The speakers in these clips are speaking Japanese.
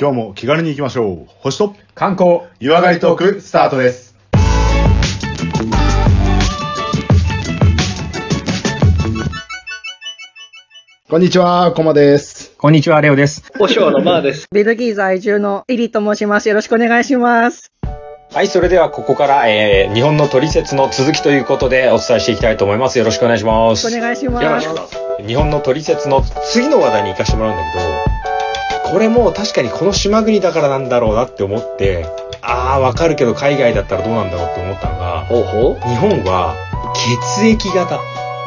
今日も気軽に行きましょう。星と観光湯上がりトークスタートです。こんにちは、コマです。こんにちは、レオです。保証のマーです。ベルギー在住のエリと申します。よろしくお願いします。はい、それではここから、えー、日本のトリセツの続きということでお伝えしていきたいと思います。よろしくお願いしまおす。願いしよまろすし。く。日本のトリセツの次の話題に行かしてもらうんだけど、これも確かにこの島国だからなんだろうなって思って、あー、わかるけど海外だったらどうなんだろうって思ったのが、ほうほ日本は血液型。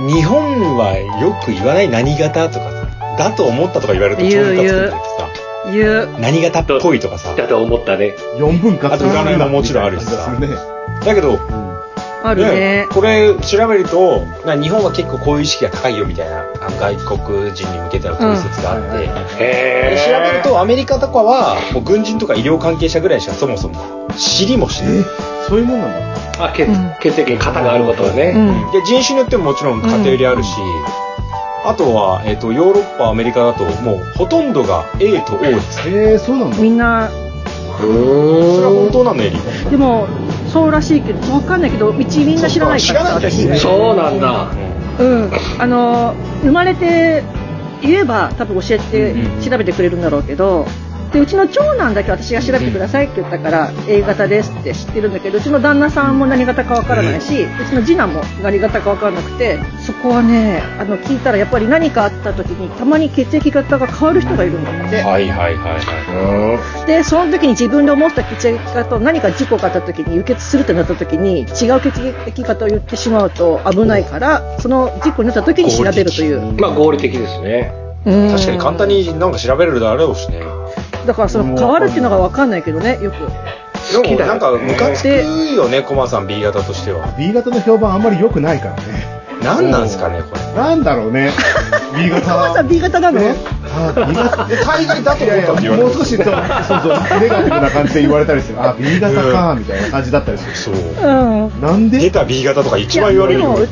日本はよく言わない何型とかさ、だと思ったとか言われると超ムカつくんだけどさ、言う。何型っぽいとかさう。、だと思ったね。 4分割あと占いももちろんあるしさね。だけど、あるね。これ調べるとな日本は結構こういう意識が高いよみたいなあの外国人に向けての取説があって、で調べるとアメリカとかはもう軍人とか医療関係者ぐらいしかそもそも知りもしない、そういうもんなんだ。あ、血うん血液に型があることはうね。ん。で人種によってももちろん偏りあるし、あとは、えっとヨーロッパアメリカだともうほとんどが A と O ですえー、そうなんだ。みんな、それは本当なのエリでも、そうらしいけど、わかんないけど、うちみんな知らないからさ、そうか私知らな以いんだよね外。そうなんだ。うん。あの、生まれて言えば、多分教えて、調べてくれるんだろうけど、で、うちの長男だけ私が調べてくださいって言ったから、A 型ですって知ってるんだけど、うちの旦那さんも何型かわからないし、うちの次男も何型かわからなくて、そこはね、あの、聞いたらやっぱり何かあった時に、たまに血液型が変わる人がいるんだって。はいはいはいはでその時に自分で思った血液型と何か事故があった時に輸血するってなった時に違う血液型を言ってしまうと危ないからその事故になった時に調べるというまあ合理的ですね。うんい確かに簡単になんか調べれるだろうしねだからその変わるっていうのが分かんないけどねよくでもなんかムカつくよねコマさん B 型としては B 型の評判あんまり良くないからね。何なんすかねこれなんだろう ね。B 型まはさ。B 型なのねあー B 型で海外だとい思やいっやたって言わもれうて少しそうそうそうネガティブな感じで言われたりするあ B 型かみたいな感じだったりするそううんなん出でた B 型とか一番言われるいやよで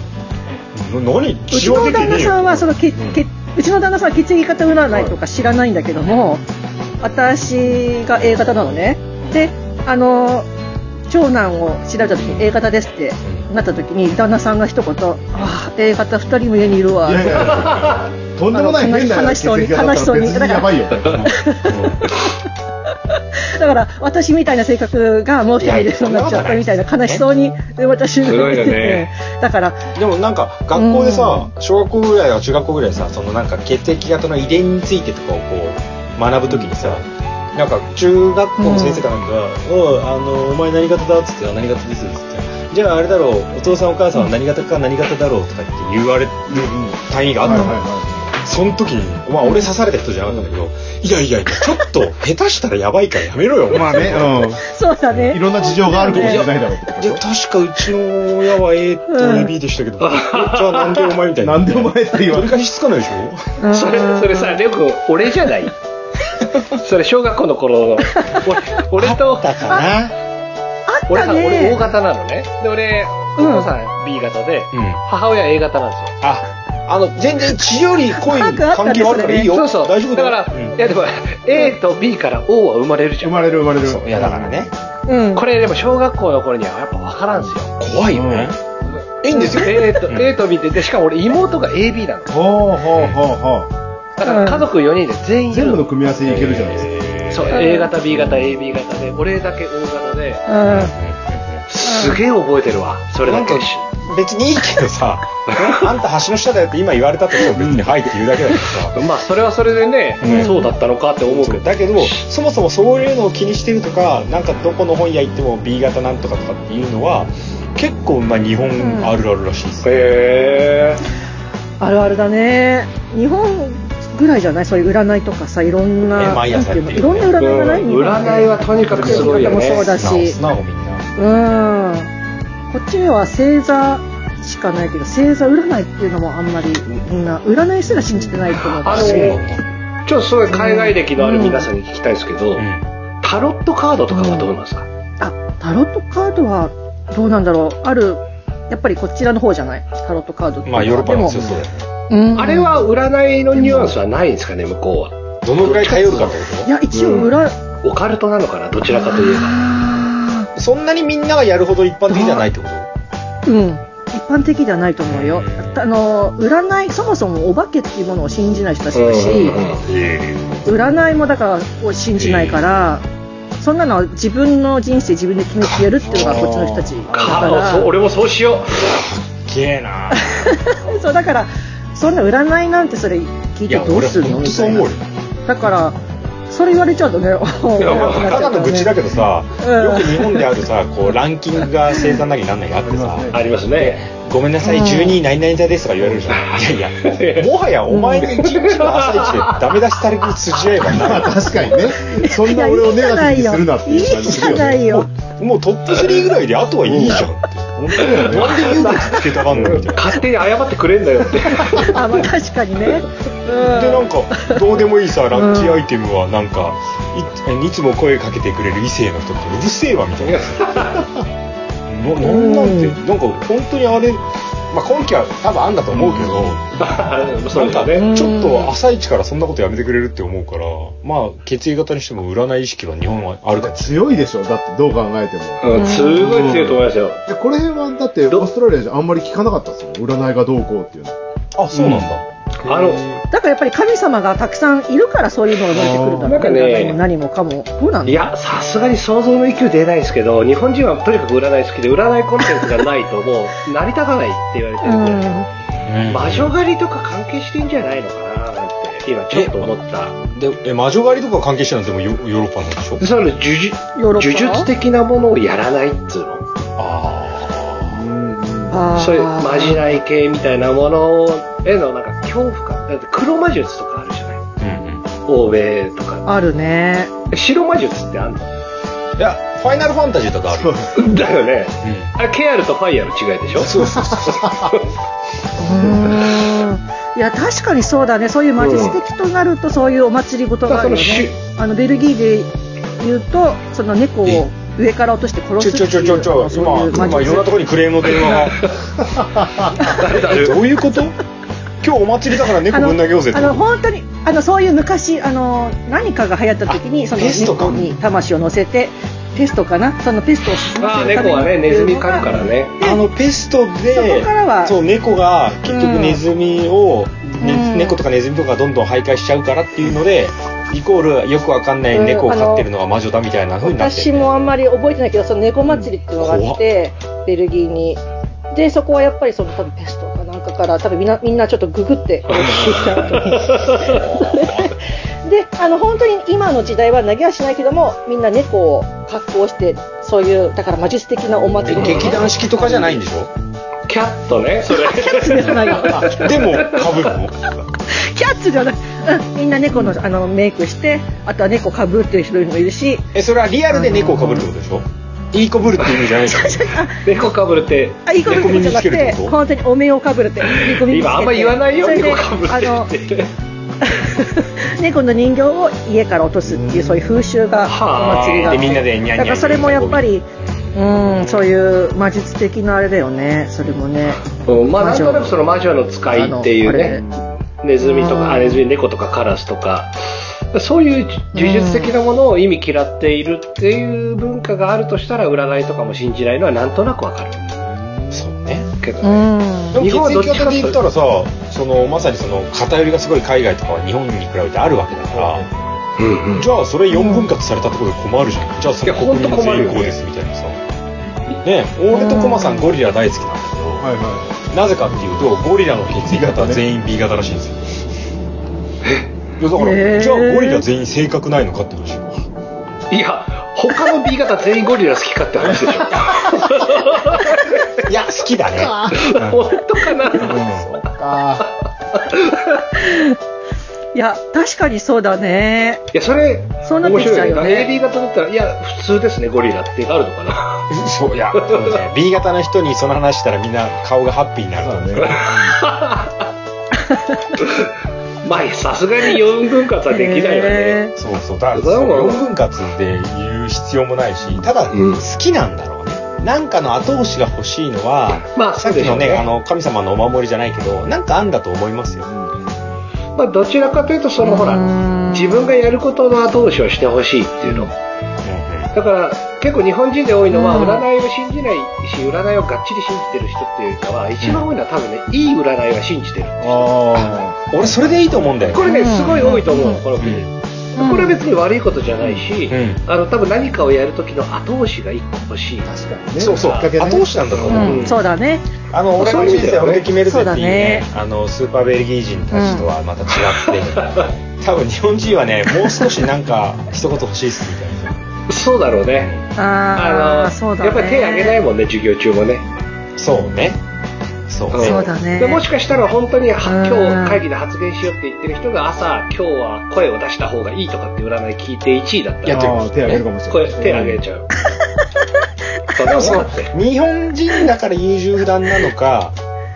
もう何うちの旦那さんはそのけけうちの旦那さんは血液型占いとか知らないんだけども私が A 型なのねであの長男を調べた時に A 型ですってなった時に旦那さんが一言「ああ A 型2人も家にいるわ」いやいやいやとんでもない変な悲しそうに血液型だったら別にやばいよ だから私みたいな性格がもう一人いるようになっちゃったみたいな悲しそうに私すごいよね だからでもなんか学校でさ小学校ぐらいは中学校ぐらいさそのなんか血液型の遺伝についてとかをこう学ぶときにさなんか中学校の先生かなんかが「おいあのお前何型だ?」っつってあ「何型です」っつって「じゃああれだろうお父さんお母さんは何型か何型だろう」とかって言われる単位があったの、その時に、まあ俺刺された人じゃなかったんだけど、いやいやいや、ちょっと下手したらやばいからやめろよ。まあねそうだうねんいろんな事情があるかもしれないだろうってこで、確かうちの親は A と B でしたけど、じゃあなんでお前みたといな。なんでお前って言われ取りる返しつかないでしょうんそれ、それさ、レオ君、俺じゃ ない。それ小学校の頃の、俺俺と、だから、あっ俺たさ、俺ね O 型なのね。で、俺、おうん父さん B 型で、うん。母親 A 型なんですよ。あ、あの、全然血より濃いあ関くあったね係はあるからいいよ。そうそう。大丈夫だだよから、うんいやでも、A と B から O は生まれるじゃ生ん。まれる生まれるそういやだからね、うんこれでも小学校の頃にはやっぱ分からんすよ。怖いよね。いいんですよ。A と、A と B で、で、しかも俺妹が AB なの。ほうほうほうほうだから家族4人で全員いる全部のの組み合わせいけるじゃないですかそう、A 型、B 型、AB 型で、俺だけ O 型で、うんすげえ覚えてるわ、それだけ。別にいいけど さ、あんた橋の下だよって今言われたとしても別にはいって言うだけだけどさ。まあ、それはそれでね、うんそうだったのかって思うけど、だけどそもそもそういうのを気にしてるとかなんかどこの本屋行っても B 型なんとかとかっていうのは結構まあ日本あるあるらしいです、へあるあるだね。日本ぐらいじゃないそういう占いとかさ、いろんな、ね毎朝なんていうのやっいてるろよんな占いがねない、う日ん本占いはとにかくすごいよね占いもそうだし素。直素直みんなうん。こっちでは星座しかないけど、星座占いっていうのもあんまりみんな、占いすら信じてないと思う。あのー、ちょっとすごい海外歴のある皆さんに聞きたいですけど、タロットカードとかはどうなんですか、あ、タロットカードはどうなんだろう。ある、やっぱりこちらの方じゃないタロットカードっていうのはまあヨーロッパなんですよでそうだよもねうんあれは占いのニュアンスはないんですかね、向こうは。どのぐらい頼るかってこいや、一応裏、あオカルトなのかなどちらかといえばあとそんなにみんながやるほど一般的じゃないってことーうん。一般的ではないと思うよ。うんあの、占い、そもそもお化けっていうものを信じない人たちだし、占いもだからを信じないから、そんなのは自分の人生自分で決めてやるっていうのがこっちの人たちだかからそう俺もそうしよきれ いなそうだからそんな占いなんてそれ聞いてどうするの本当みそたういな思うよだからそれ言われちゃうとね いやまあただの愚痴だけどどさ、うんよく日本であるさこうランキングが生産なりなんなりあってさうんうありますねごめんなさい、うん12位何々座ですとか言われるじゃん。いやいや、もはやお前に一日の朝一でダメ出しされる筋合いはまなあ確かにね。そんな俺をネガティブにするなっていいいう感じじすゃるよなね。いよい。もうトップ3ぐらいであとはいいじゃん。本当だよね。なんで優劣つけたがんのみたいな。勝手に謝ってくれんだよ ってあ、まあ、確 かにねでなんかどうでもいいさラッキーアイテムはなんかいいつも声かけてくれる異性の人ってうるせえわみたいなななんなんてなんか本当にあれ、まあ、今期は多分あんだと思うけど、そうだねうんちょっと朝一からそんなことやめてくれるって思うからまあ血液型にしても占い意識は日本はあるかもし強いでしょ。だってどう考えても。うんすごい強いと思いますよでこの辺はだってオーストラリアじゃあんまり聞かなかったですよ占いがどうこうっていうのれないあそうなんだ、あのだからやっぱり神様がたくさんいるからそういうのが出てくるだろうなんかね占いも何もかもどうなんだいやさすがに想像の域は出ないですけど日本人はとにかく占い好きで占いコンテンツがないともう成り立たないって言われてうるんんで、魔女狩りとか関係してんじゃないのかななんて今ちょっと思ったでえ魔女狩りとか関係してるのはでもヨヨーロッパなんでしょその呪術ヨーロッパ呪術的なものをやらないっつうのああーそういうまじない系みたいなものへのなんか恐怖感だって黒魔術とかあるじゃないあうんうん欧米とかあるね白魔術ってあんのいやファイナルファンタジーとかあるよ、だよねうんあれケアルとファイヤーの違いでしょそうそうそう。いや確かにそうだね、そういう魔術的となると、そういうお祭り事があるよね、あのベルギーで言うと、その猫を上から落としてち殺ょすちってょちいょうちょちょ、そういう今、魔今いろんなと術ころにクレームの電話が。えどういうこと今日お祭りだから猫あのぶん投げようぜってあの本当にあのそういう昔あの何かが流行った時にあそのペストか猫に魂を乗せてペストかなそのペストを沈ままあせるた猫めにはねってネいズうミの狩がるからねあのペストそでこからはそう猫が結局ネズミを、んねうん猫とかネズミとかがどんどん徘徊しちゃうからっていうのでイコールよくわかんない猫を飼ってるのが魔女だみたいな風になって私るね、もあんまり覚えてないけどその猫祭りっていうのがあってベルギーにでそこはやっぱりその多分ペストかなんかから多分みんなみんなちょっとググって であの本当に今の時代は投げはしないけどもみんな猫を格好してそういうだから魔術的なお祭りえ劇団式とかじゃないんでしょキャットねそれでもかぶるのキャッツじゃない、うん、みんな猫のあのメイクしてあとは猫かぶってる人もいるし えそれはリアルで猫をかぶるってことでしょいいこぶるっていう意味じゃないでしょ猫かぶるってあ、いいことじゃなく猫耳につけるってて、こと本当にお面をかぶるって。猫耳につけて今あんま言わないよそれで猫かぶあの るって猫の人形を家から落とすっていう、そういう風習が、はあお祭りがあって。でみんなでニャンニャンだからそれもやっぱり、うん、そういう魔術的なあれだよね、それもね。うんまあなんとなくその魔女の使いっていうあねのネズミとかうあんネズミ猫とかカラスとかそういう呪術的なものを意味嫌っているっていう文化があるとしたら占いとかも信じないのはなんとなくわかるそうねけどうねん。で日も血本はどっ液ちか型ってでいう言とったらさそのまさにその偏りがすごい海外とかは日本に比べてあるわけだからうんうんじゃあそれ4分割されたところで困るじゃんじゃあそれいやほん国と民困るよ全員こうですみたいなさね俺とコマさんゴリラ大好きなんだはいはけどなぜかっていうとゴリラの血液型は全員 B 型らしいんですよいやだから、へーじゃあゴリラ全員性格ないのかって話よいや他の B 型全員ゴリラ好きかって話で しょいや好きだね本当かな、いあいや、確かにそうだね。いやそれそうなって面きちゃ白ういよねね AB 型だったらいや普通ですねゴリラってあるのかな そういや、そうね B 型の人にその話したらみんな顔がハッピーになるーと思うそうだねまあさすがに4分割はできないよねへそうそう、だからだからその4分割で言う必要もないし、ただ、うん好きなんだろうね。なんかの後押しが欲しいのは、まあさっきそのうでしょね、うねあの、神様のお守りじゃないけど、なんかあんだと思いますよ。まあどちらかというとそのほらうん自分がやることの後押しをしてほしいっていうの。だから結構日本人で多いのはうん占いを信じないし占いをがっちり信じてる人っていうかは一番多いのは多分ねいい占いは信じてるあ俺それでいいと思うんだよこれねうんすごい多いと思ううんこの国うんこれは別に悪いことじゃないしうんあの多分何かをやる時の後押しが一個欲しいあ、確かにね。そうそうきっかけね後押しなんだと思うんうんそうだね。あの俺の人生は俺で決めるぜっていうねそうあのスーパーベルギー人たちとはまた違って、多分日本人はねもう少しなんか一言欲しいっすみたいなそうだろうねあああ、そうのだね。やっぱり手挙げないもんね授業中もねそうねそうねそうだねでもしかしたら本当にはうん今日会議で発言しようって言ってる人が朝今日は声を出した方がいいとかって占い聞いて1位だったらやってるあー手あげるかもしれこなれい。手挙げちゃう。そんなもんだって。日本人だから優柔不断なのか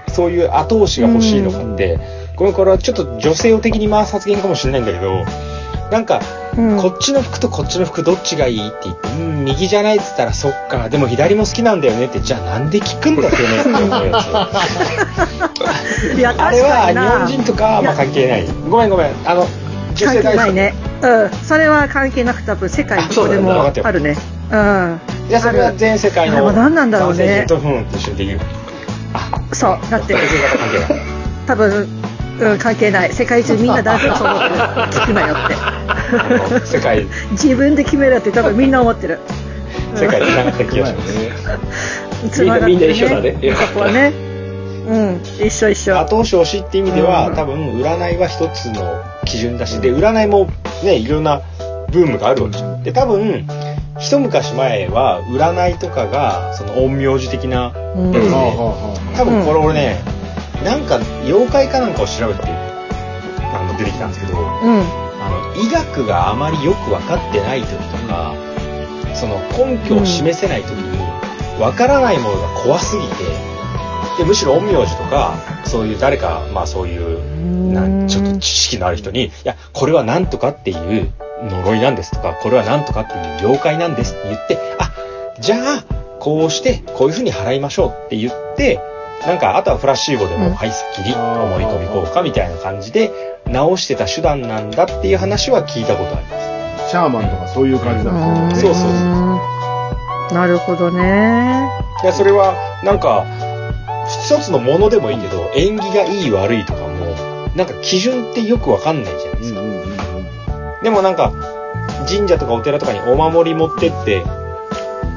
そういう後押しが欲しいのかって、これこれはちょっと女性を的に回す発言かもしれないんだけどなんかうんこっちの服とこっちの服どっちがいいって言って、うん、右じゃないっつったらそっかでも左も好きなんだよねってじゃあなんで聞くんだよねって思うや ついや、あ確れはかに日な。本人とかはまあ関係ないごめんごめんあの女性関係大な好いきね。うん。それは関係なく多分世界どこでもああそうだるね。うん。いやそれは全世界あれのは何なんだろうね男性ヘッドフォンと一緒にできるそう。だって、女性が関係ない多分、うん、関係ない。世界中みんな男性がそう思ってる。聞くなよあのっ世界て。 自分で決めるって多分みんな思ってる。世界つながった気がしうまますいよね。つながってみんな一緒だねそこはね。うん。一緒一緒。後押し推しって意味では、うん多分占いは一つの基準だしで占いもねいろんなブームがあるわけじゃん。で多分一昔前は占いとかがその陰陽師的なうんはあんはあは多分これ俺ね、なんか妖怪かなんかを調べてあの出てきたんですけどうん。あの医学があまりよく分かってない時とかその根拠を示せない時に分からないものが怖すぎてでむしろ陰陽師とかそういう誰かまあそういうなんちょっと知識のある人に「いやこれはなんとかっていう呪いなんです」とか「これはなんとかっていう妖怪なんです」って言って「あじゃあこうしてこういうふうに払いましょう」って言ってなんかあとはフラッシーボでもう「んはいすっきり思い込み効果」みたいな感じで直してた手段なんだっていう話は聞いたことあります。あシャーマンとかそういう感じなんんですそようそうなるほどね。いやそれはなんか一つのものでもいいけど縁起がいい悪いとかもなんか基準ってよくわかんないじゃないでうすんか、うんうんうんでもなんか神社とかお寺とかにお守り持ってって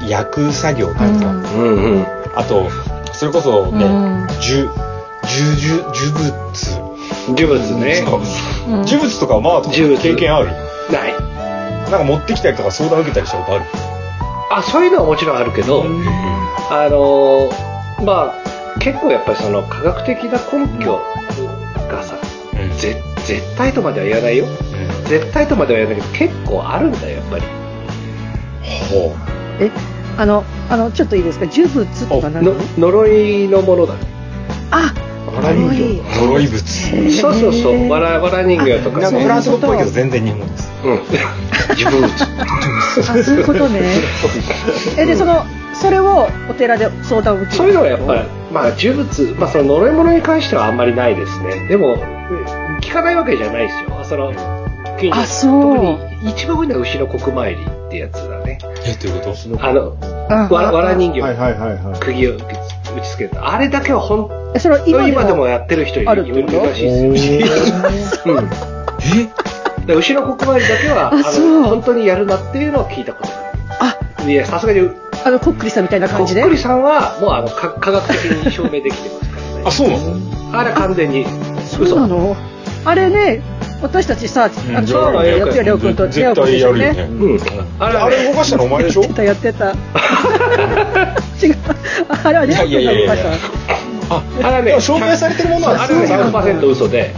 焼く作業とか、うんうんうん。あとそれこそね、うん呪呪呪呪仏呪物ね。そううん呪物とかまあ呪物経験あるない。なんか持ってきたりとか相談受けたりしたことあるあ、そういうのはもちろんあるけど、あのー、まあ、結構やっぱりその科学的な根拠がさ、うんぜ絶対とまでは言わないよ。絶対とまでは言わないけど、結構あるんだよ、やっぱり。ほえ、あの、あの、ちょっといいですか呪物とか何の呪いのものだね。あ、わら人形呪いう呪い仏へーそうそうそう、わらわら人形とかなそんかういフうランス語っぽいけど全然日本ですうん。 呪物。あ、そういうことね。え、で、その、それをお寺で相談を受けるそういうのはやっぱり、まあ、呪物、まあ、その呪い物に関してはあんまりないですね。でも、え聞かないわけじゃないですよ。その、近あ、所そう。うん特に一番多いのは牛の国参りってやつだね。えどういうことあの、あわわら人はい形、はいはいはい。釘を打ち付けた。あれだけは本えそれは当に今今ででももやってる人いあるってることらしい ですよ。うん。え牛の国参りだけは、ああそうの、本当にやるなっていうのは聞いたことあ、ある。いや、さすがに、あの、こっくりさんみたいなこ感っじでくりさんは、もうあの、か科学的に証明できてますからねあ。そうなのあれ完全に嘘。そうなのあれね、私たちさ、あの、うんちょうどよくやりょうくんと出会うことでしょうね。うん。あれあはねれ動かしたのお前 でしょやってた、やってた。違う。あれはレアいやいやいやいやああれでね、も証明されてるものはあれはそうなんだ100%嘘で、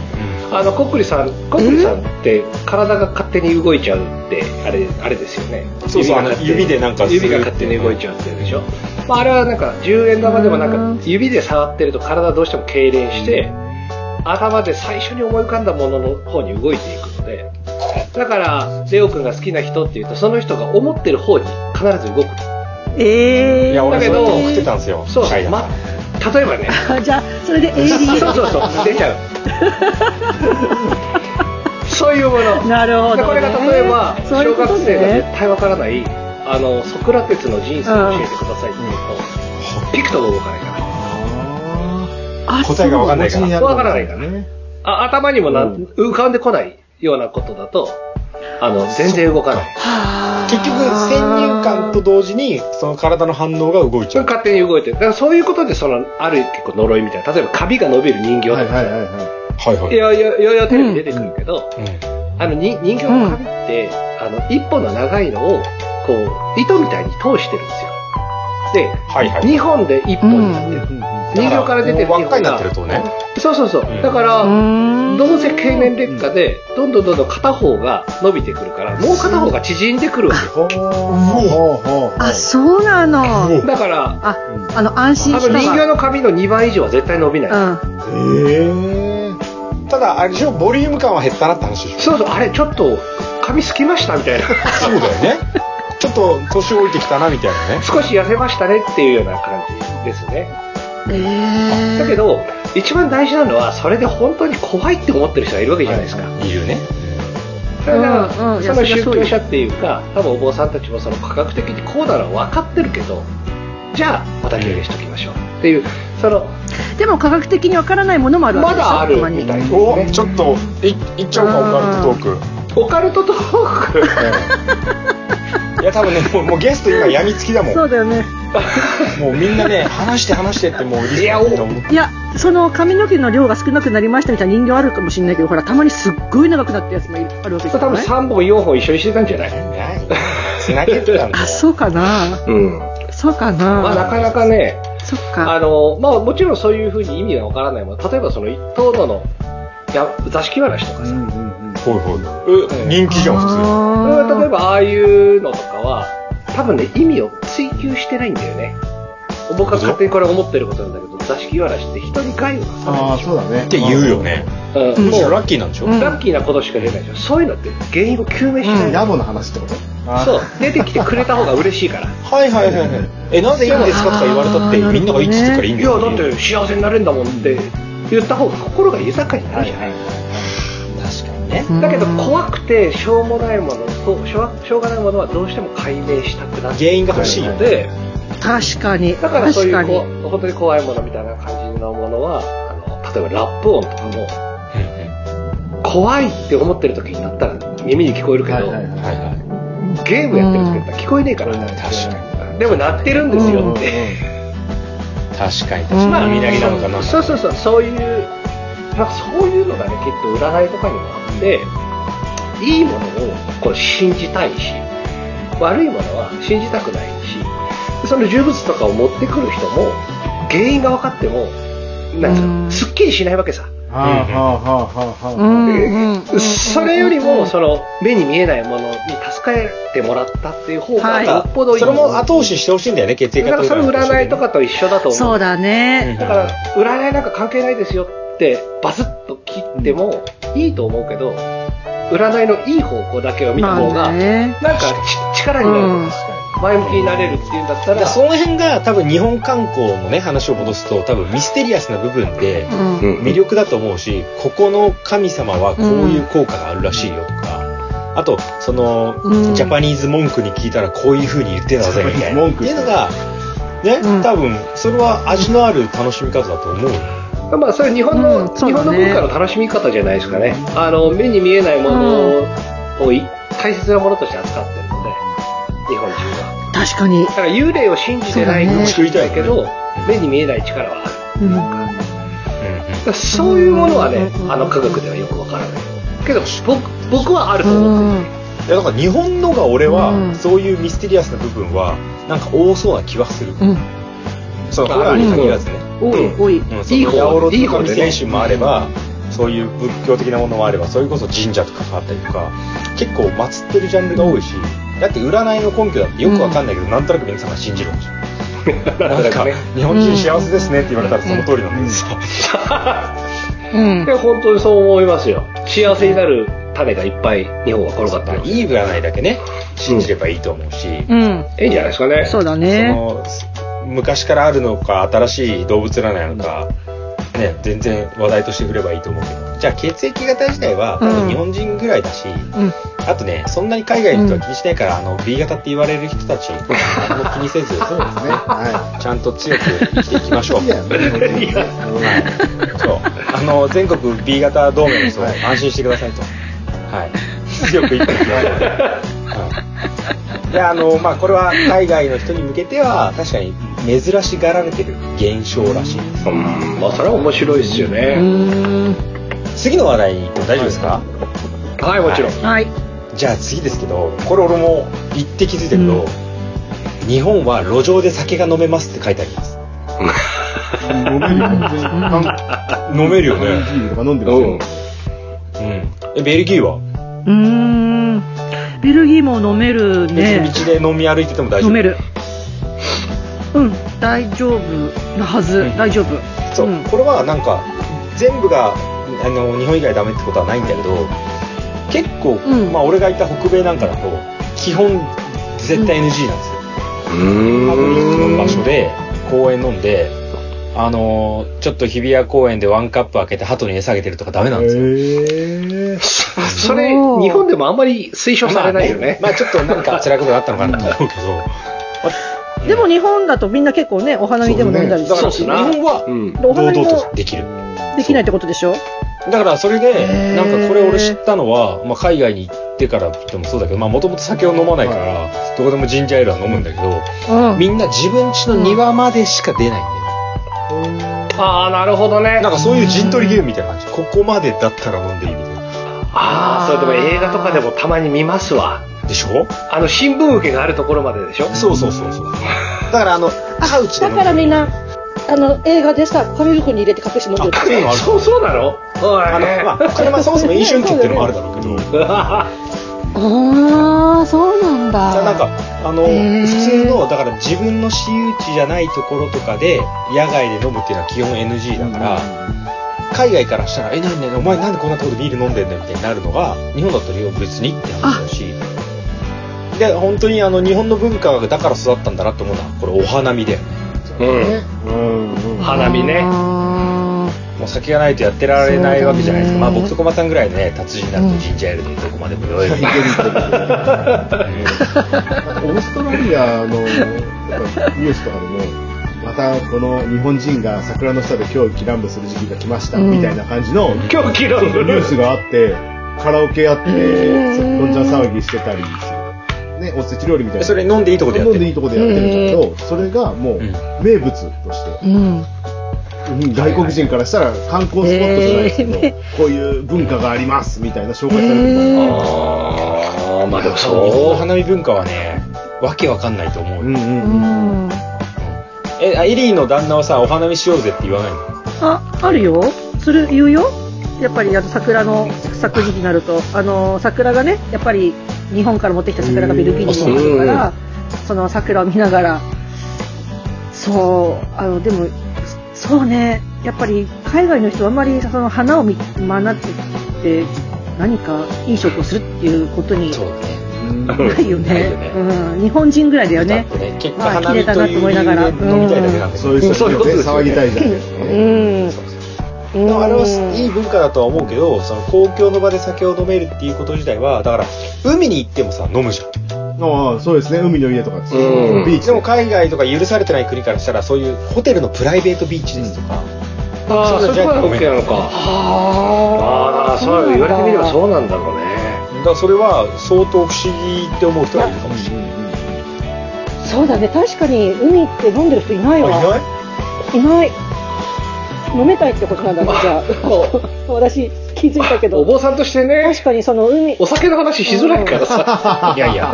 あの、コックリさん、コックリさんって体が勝手に動いちゃうって、あれ、あれですよね。そうそうが勝手に指でなんかする指が勝手に動いちゃうっていうでしょ。まあ、あれはなんか、10円玉でもなんか、指で触ってると体どうしても痙攣して、頭で最初に思い浮かんだものの方に動いていくので、だから、レオ君が好きな人っていうと、その人が思ってる方に必ず動く。ええー。いや俺だけそれど送ってたんですよそう、シャイだかまら、例えばね、あじゃあ、それで AD。そうそうそう、出ちゃう。そういうもの なるほどねでこれが例えばそうい小うこと学ね生が絶対わからないあのソクラテスの人生を教えてくださいって言うとピクトも動かないから答えがわかんないからわからないからね。あ頭にもな、浮かんでこないようなことだとあの全然動かない結局先入観と同時にその体の反応が動いちゃう勝手に動いてるだからそういうことでそのある結構呪いみたいな例えば髪が伸びる人形とか、はいいはいはいははいはいやいやいやいやテレビ出てくるけど、うんあのに人形の髪って、あの一本の長いのをこう糸みたいに通してるんですよで、はいはい2本で1本になってる、い。人形から出てる輪っか2になって本るがとねそうそうそう、んだから、んどうせ経年劣化でどんどんどんどん片方が伸びてくるからもう片方が縮んでくるわけほうほうほう。あ、そうなの。だからあ、あの、安心あのしたわ。人形の髪の2倍以上は絶対伸びない、うん。ええただあれでしょボリューム感は減ったなって話でしょそうそうあれちょっと髪すきましたみたい なそうだよねちょっと年老いてきたなみたいなね少し痩せましたねっていうような感じですねえだけど一番大事なのはそれで本当に怖いって思ってる人がいるわけじゃないですか、いるねだから、うんうんいそのやそり宗ゃそう教よ者っていうか多分お坊さんたちもその科学的にこうなのは分かってるけどじゃあお焚き上げしときましょうっていうそのーでも科学的にわからないものもあるわけでしょまだあるたまにみたいなおちょっといいっちゃうかオカルトトークオカルトトー クいや多分ねもうもうゲスト今病みつきだもんそうだよね。もうみんなね話して話してってもうリスナーみんな思っていや、その髪の毛の量が少なくなりましたみたいな人形あるかもしれないけど、ほら、たまにすっごい長くなったやつもいるあるわけじ多ゃ分ない3本4本一緒にしてたんじゃないない繋げてたんだあ、そうかな。うんそうかまあ、な。なかなかね、そっあか。のまあ、もちろんそういうふうに意味がわからないもの、例えばその一等土のや座敷わらしとかさ、ほいほいえ人気じゃん普通にこれあは例えばああいうのとかは、多分ね、意味を追求してないんだよね。僕は勝手にこれ思ってることなんだけど、座敷わらしって人に害をなさああ、そうだね。って言うよ。ねない。うん、むもしろうラッキーなんでしょうんラッキーなことしか出ないでしょ。そういうのって原因を究明しない、野暮な話ってことそう、出てきてくれた方が嬉しいから。はいはいはいはい。え、なぜいいんですかとか言われたって、みんながいいっつってからいいんいですや、よだって幸せになれんだもんって言った方が心が豊かになるじゃない。確かにね。だけどうん怖くてしょうもないものとしょうしょうがないものはどうしても解明したくなっ原て因が欲しいよね。で確かに。だからそう確いかうに。こう本当に怖いものみたいな感じのものはあの例えばラップ音とかも怖いって思ってる時になったら耳に聞こえるけど、はいはい。ゲームやってる時だったら聞こえねえから、でも鳴ってるんですよって、確かに確うんかに。耳なぎなのかな。そうそうそうそういうなんかそういうのがねきっと占いとかにもあっていいものをこう信じたいし悪いものは信じたくないしその呪物とかを持ってくる人も原因が分かってもなんつううのんすっきりしないわけさ、はあはあはあはあうはんうんうんそれよりもその目に見えないものに助かってもらったっていう方がはいよっぽどいい、それも後押ししてほしいんだよね、血液だか型らそれ占いとかと一緒だと思うそうだね。だから、占いなんか関係ないですよって、バスッと切ってもいいと思うけど、占いのいい方向だけを見たま方が、あね。なんかち力になる、うん前向きになれるっていうんだっただからら、その辺が多分日本観光のね、話を戻すと、多分ミステリアスな部分でうん魅力だと思うし、ここの神様はこういう効果があるらしいよとか、あと、その、うんジャパニーズ文句に聞いたらこういう風に言ってたぜみたいな。文句っていうのが、ね、うん多分、それは味のある楽しみ方だと思う。まあそれ日本の、うんそ日うだね本の文化の楽しみ方じゃないですかね。あの、目に見えないものをい大切なものとして扱ってるので、日本人は。確かにだ。から幽霊を信じてないそうだね作りたいけど、目に見えない力はある。うんだからそういうものはね、あの科学ではよくわからない。けど僕、僕はあると思ってる。いやだから日本のが俺は、うんそういうミステリアスな部分はなんか多そうな気はする、うん。そのホラーに限らずね、多い、多い。うんいい方いいい方い方ででね選手もあればそういう仏教的なものもあればそれこそ神社とかがあったりとか結構祀ってるジャンルが多いしだって占いの根拠だってよくわかんないけど、なんとなく皆さんが信じるんじゃんなんか 日本人幸せですねって言われたらその通りなんですよ、うんい。や本当にそう思いますよ幸せになる種がいっぱい日本は転がってだからるいい占いだけね信じればいいと思うし、うん。いいんじゃないですかねそうだね。その昔からあるのか新しい動物占いなのか、ね、全然話題として振ればいいと思うけどじゃあ血液型自体は、多うん分日本人ぐらいだし、うん。あとね、そんなに海外の人は気にしないから、あの、B 型って言われる人たち、あんま気にせず、そうですね。はちゃんと強く生きていきましょう。い。いや、もういやそう。あの、全国 B 型同盟の人、はい安心してくださいと。はい。強く言ってください。はい。で、あの、まあ、これは海外の人に向けては、確かに珍しがられてる現象らしいです。うんまあそれは面白いですようね、ーん。次の話題行っても大丈夫ですか、はいもちろん、はい。じゃあ次ですけど、これ俺も言って気づいたけど、う日本は路上で酒が飲めますって書いてあります。飲めるよ。全然缶缶ビールとか飲ん飲めるよね。でますよ。うん。え、ベルギーは、うーん。ベルギーも飲めるね。別に道で飲み歩いてても大丈夫飲める。うん、大丈夫なはず、うん大丈夫。そう、んこれはなんか全部があの日本以外ダメってことはないんだけど結構、うんまあ俺がいた北米なんかだと基本絶対 NG なんですよ、うんパブリックの場所で公園飲んであのーちょっと日比谷公園でワンカップ開けて鳩に餌あげてるとかダメなんですよ、へーそれそう日本でもあんまり推奨されないよね,、まあ、まあちょっとなんか辛いことがあったのかなと思うけどでも日本だとみんな結構ね、お花見でも飲んだりだしからて、日本はうんお堂花見々ともできるできないってことでしょだからそれへーでなんかこれ俺知ったのは、まあ、海外に行ってからでもそうだけどもともと酒を飲まないから、どこでもジンジャーエールは飲むんだけど、うん。みんな自分家の庭までしか出ないんだよ、ああなるほどねなんかそういう陣取りゲームみたいな感じここまでだったら飲んでいいみたいなああそれでも映画とかでもたまに見ますわでしょあの新聞受けがあるところまででしょそうそうそうそうだからあのカウチでだ飲むからみんな、あの、映画でさ、紙袋に入れて隠して飲んでる。そういうのあるそうそうなのおいあの、まあ、これはそもそも飲酒運転っていうのもあるだろうけど、 ああ、そうなんだ。じゃあなんか、あの、へー普通の、だから自分の私有地じゃないところとかで、野外で飲むっていうのは基本 NG だから、海外からしたら、え、なんで、お前なんでこんなとこでビール飲んでんだよみたいになるのが、日本だったら別にって話だし、で、本当にあの、日本の文化がだから育ったんだなって思うのは、これお花見だよね。うんうんうん。花見ねあもう酒がないとやってられないわけじゃないですか。そうだねまあ僕と小松さんぐらいね、達人になるとジンジャーエールでどこまでも酔える。 オーストラリアのやっぱニュースとかでも、またこの日本人が桜の下で今日キランブする時期が来ました、うんみたいな感じのニュ今日キロンースがあって、カラオケやって、うんどんちゃん騒ぎしてたりする、ね、おせち料理みたいな。それ飲んでいいとこでやっ飲てんる。でいいとこでやってるんだけど、それがもううん名物としてー。うん。うん外国人からしたら観光スポットじゃないですけど、へーねこういう文化がありますみたいな紹介されてますへーああまあでもそう日本のそう花見文化はねわけわかんないと思う、うんうんううんん。えあエリーの旦那はさお花見しようぜって言わないのあ、あるよ。それ言うよ。やっぱりあの桜の咲く時期になると、あの桜がね、やっぱり日本から持ってきた桜がベルギーにもあるから、その桜を見ながら、そう、あの、でも、そうね、やっぱり海外の人はあんまりその花を見学ってて、何か飲食をするっていうことにうねうんだないよないねよね。うん、日本人ぐらいだよだねっ。てね結ま果あ花見という理由で飲みたいだけなんだけど、そういう人そういうことですよね騒ぎたいじゃないですか、うん。でもあれはうんいい文化だとは思うけどその公共の場で酒を飲めるっていうこと自体はだから海に行ってもさ飲むじゃんああそうですね海の家とかです、うんビーチでも海外とか許されてない国からしたらそういうホテルのプライベートビーチですとか、ああそういうことは OK なのかあああそう言われてみればそうなんだろうねだからそれは相当不思議って思う人がいるかもしれないそうだね確かに海って飲んでる人いないわあいないいない飲めたいってことなんだねじゃあ私気づいたけおど坊さんとしてね確かにその海お酒の話しづら いからさいやいや、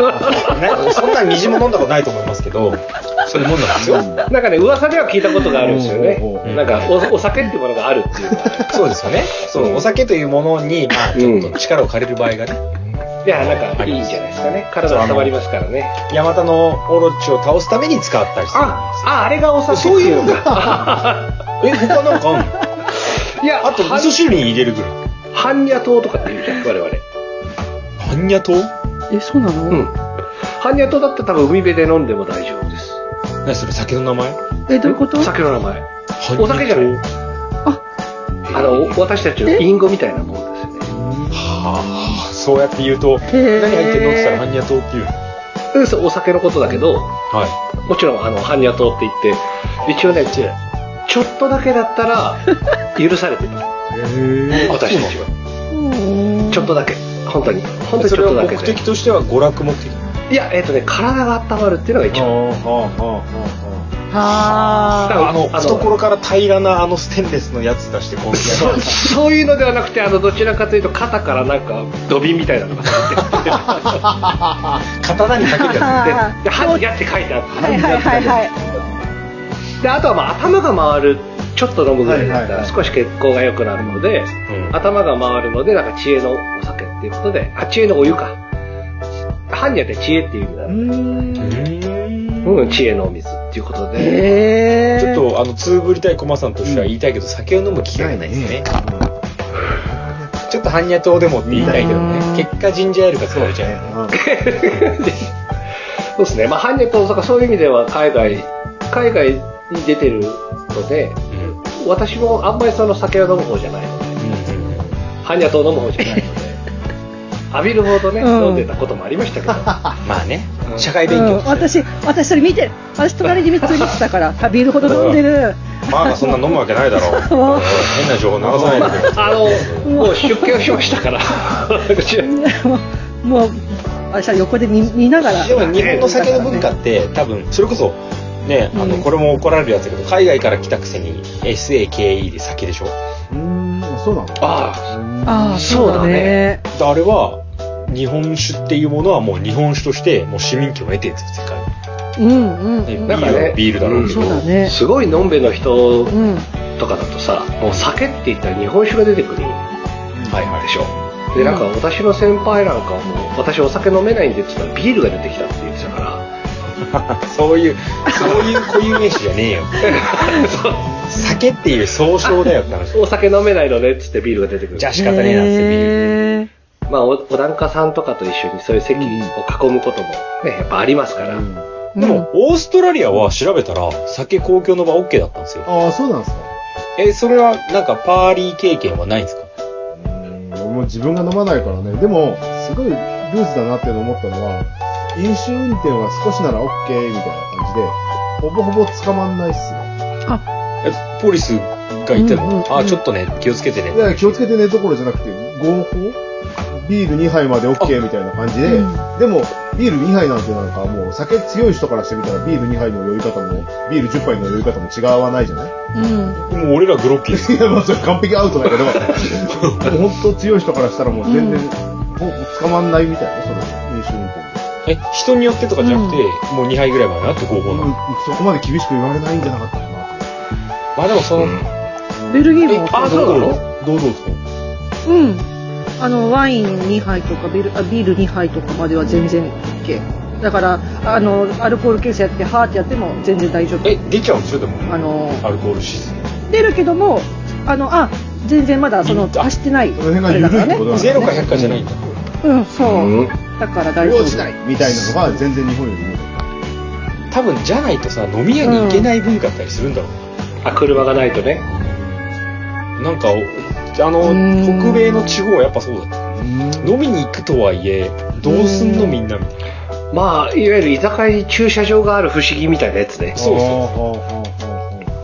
ねそんな虹も飲んだことないと思いますけど、そういうもんなんですよ。なんかね噂では聞いたことがあるんですよおうおうおねうなんかおお酒っていうものがあるっていうのはそうですよね。そのお酒というものに、まあ、ちょっと力を借りる場合がね、いやなんかいいんじゃないですかね体が温まりますからねヤマタのオロチを倒すために使ったりするんあああれがお酒そういうのかですよ。え、他なんかあんのいや あと、味噌汁に入れるぐらい。般若糖とかって言うじゃん我々般若糖えそうなの、うん般若糖だったら多分海辺で飲んでも大丈夫です何それ、酒の名前えどういうこと酒の名前お酒じゃない般若ああの、私たちの隠語みたいなものですよね。はあ、そうやって言うと、ー何入ってんのって言ったら、般若糖っていう。うんそうお酒のことだけど、はもちろん、あの、般若党って言って、一応ね、ちょっとだけだったら、 許されてた。い。へ私たちは。ちょっとだけ。本当に。本当にそちれょっとはだ目けで的。としては娯楽目的。いや、えっ、とね、体が温まるっていうのが一番。はあの、あの懐から平らなあのステンレスのやつ出して、こう。そうそういうのではなくて、あの、どちらかというと、肩からなんか、土瓶みたいなのが入ってて刀にかけるやで、で、はやって書いてあって。あ。はいはいはいはい。であとはまあ頭が回るちょっと飲むぐらいだったはいはいはらい少し血行が良くなるので、うん頭が回るのでなんか知恵のお酒っていうことであ知恵のお湯か般若って知恵っていう意味だ、うんつ。うんうん、知恵のお水っていうことで、へちょっっと、あの、つぶりたいコマさんとしては言いたいけど、酒を飲む機な会いがなねいですね。ちょっと般若糖でもって言いたいけどねう。ん結果、ジンジャーエールが作られちゃう。そうですねまあ般若とかそういう意味では海外海外に出てるのでうん私もあんまりその酒を飲む方じゃないので般若と飲む方じゃないの で浴びるほどね、うん飲んでたこともありましたけどまあねう、ん社会う勉ん強。、私、私それ見てる。私隣で見てそれ見てたから、食べるほど飲んでる。まあまあそんな飲むわけないだろう。 もう変な情報流さないでくれ。あの、もう出家をしましたから。 もう、もう私は横で見見ながら。でも日本の酒の文化って多分それこそね、あのうんこれも怒られるやつだけど海外から来たくせに SAKE で酒でしょ。そうなのあああ、そそううだだねね。だあれは日本酒っていうものはもう日本酒としてもう市民権を得てるんですよ世界に。うんうんうねん。ビなんかールねはビールだろうけど。そうだねあ、。すごいのんべの人うん。とかだとさ、もう酒って言ったら日本酒が出てくるではいはいしょ。で、なんか私の先輩なんかはもう、私お酒飲めないんでって言ったらビールが出てきたって言ってたから。そういうそういう固有名詞じゃね えよ。酒っていう総称だよって話。お酒飲めないのねってってビールが出てくる。じゃあ仕方ねえなってビール。へーまあ、おお檀家さんとかと一緒にそういう席を囲むこともね、やっぱありますから。でも、オーストラリアは調べたら、酒公共の場 OK だったんですよ。ああ、そうなんですか。え、それは、なんか、パーリー経験はないんですかもう自分が飲まないからね。でも、すごいルーズだなって思ったのは、飲酒運転は少しなら OK みたいな感じで、ほぼほぼ捕まんないっすね。え、ポリスがいても、うんうんうんあ、ちょっとね、気をつけてね。いや気をつけてねどころじゃなくて、合法ビール2杯まで OK みたいな感じで、でも、ビール2杯なんてなんかもう酒強い人からしてみたらビール2杯の酔い方も、ビール10杯の酔い方も違わないじゃ ないうん。もう俺らグロッキーです。いや、まあ、それ完璧アウトだけど、 もう本当強い人からしたらもう全然、もう捕まんないみたいな、その飲酒運転で。え、人によってとかじゃなくて、もう2杯ぐらいまでなって合法なの。うんそこまで厳しく言われないんじゃなかったかな。まあでも、その、ベルギえーも。あ、そうなのどうぞですかうん。あの、ワイン2杯とかビール、あビール2杯とかまでは全然 OK。だから、あの、アルコール検査やって、はーってやっても全然大丈え夫。、出ちゃうんでしょでも、あの、アルコール指数。出るけども、あの、あ、全然まだその、あ足してない。その辺があれだからね緩いってこと0か100かじゃないんだ。うん、そう。だから大丈夫。みたいなのが全然日本よりも。多分、じゃないとさ、飲み屋に行けない文化だったりするんだろうね。あ、車がないとね。なんか、あの、うん北米の地方はやっぱそうだった。飲みに行くとはいえ、どうすんのみんなみたいな。まあ、いわゆる居酒屋に駐車場がある不思議みたいなやつね。そうそ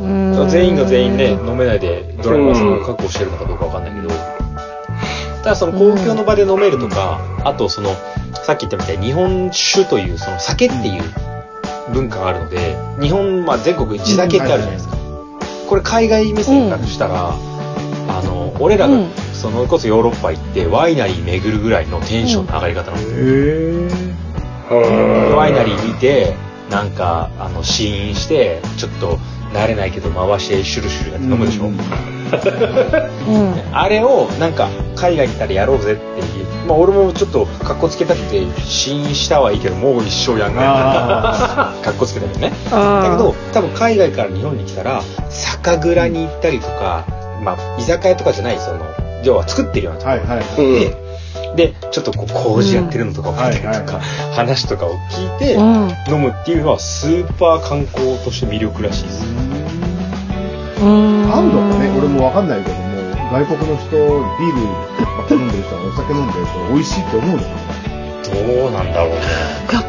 うう。うん全員が全員ね、飲めないでドライバーさんを確保してるのかどうかわかんないけど、ただその公共の場で飲めるとか、あとその、さっき言ったみたいに日本酒という、その酒っていう文化があるので、日本、まあ全国地酒ってあるじゃないですか。これ海外目線からしたら、あの、俺らがうん、そのこそヨーロッパ行ってワイナリー巡るぐらいのテンションの上がり方なの。へワイナリー見て、なんか、あの、試飲して、ちょっと慣れないけど回してシュルシュルやって飲むでしうょ。んうん。あれをなんか海外に行ったらやろうぜっていう、まあ、俺もちょっとかっこつけたくて試飲したはいいけどもう一生やんないあ かっこつけたけどねあーだけど多分海外から日本に来たら酒蔵に行ったりとか、まあ、居酒屋とかじゃないその要は作ってるような とこはいはい。で,、でちょっとこう工事やってるのとかを見たりとか、うんはいはい話とかを聞いて、うん。飲むっていうのはスーパー観光として魅力らしいですうん。あんのかね俺もわかんないけども、外国の人、ビールばっか飲んでる人はお酒飲んでる人、美味しいって思うのかなどうなんだろうね。いや、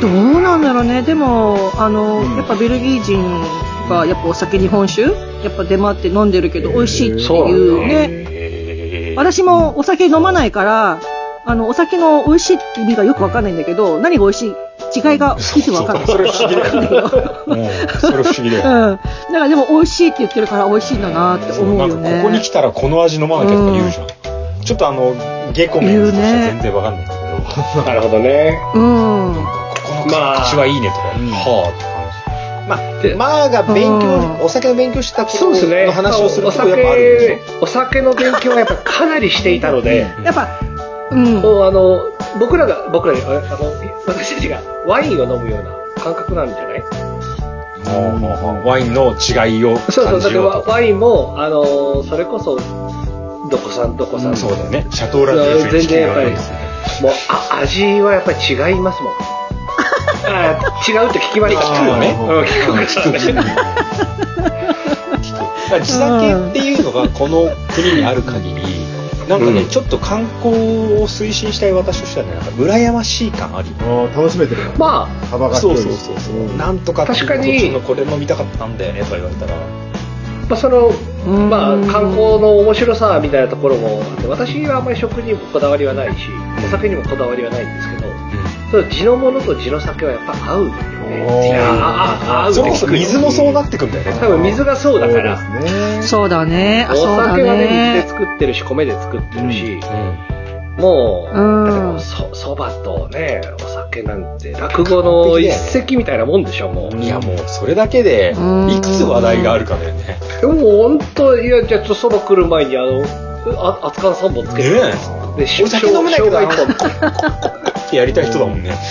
どうなんだろうね。でも、あの、うんやっぱベルギー人が、やっぱお酒日本酒やっぱ出回って飲んでるけど、へー美味しいってそうないんうだね。えー私もお酒飲まないから、あの、お酒の美味しいって意味がよくわかんないんだけど、何が美味しい違いがいつわかんない。そうそうそれ不思議だようんそれ不思議だうん。だよ。からでも美味しいって言ってるから美味しいんだなってそ思うなうんよかね。ここに来たらこの味飲まなきゃとか言うじゃん。ちょっとあの、ゲコメンとしては全然わ かんないんだけど、なるほどね。うん。ここの口はいいねとか、うんはあまあ、でまあが勉うん強、お酒の勉強してたこそうですとね。の話をするおとやっぱあるんで酒しょ。、お酒の勉強はやっぱかなりしていたので、やっぱ、うん。もうあの、僕らが、僕らが、あの、私たちがワインを飲むような感覚なんじゃないもうもうもうワインの違いをそうそ感う、だっじてようワと。ワインも、あの、それこそ、どこさんどこさん、そうだよね。シャトーラブー全然やっぱりもうあ、味はやっぱり違いますもん。あ違うって聞きました。聞くよねうん、聞く聞く。地酒っていうのがこの国にある限り、なんかね、うんちょっと観光を推進したい私としてはね、なんか羨ましい感あるよ。あー楽しめてるな。ま幅がそう広いそうそうそう、んなんとかっていう確かにこっちのこれ飲みたかったんだよねとか言われたらあ、まあ、その、うんまあ、観光の面白さみたいなところもあって、私はあんまり食にもこだわりはないし、お酒にもこだわりはないんですけど、その地のものと地の酒はやっぱ合うよおーね。いやあああ合うそれねこそ水もそうなってくんだよね多分水がそうだから、そうですね。そうだね。あおそうだ酒はね、水でね。作ってるし、米で作ってるし、うもう、うんだってもうそ、そばとね、お酒なんて、落語の一席みたいなもんでしょ、もう。んいやもうそれだけでうんいくつ話題があるかだよねでも本当、いや、じゃあちょっとそば来る前に、あの、あ熱燗3本つけて、ねで、お酒飲めないけど生姜一本。ってやりたい人だもんね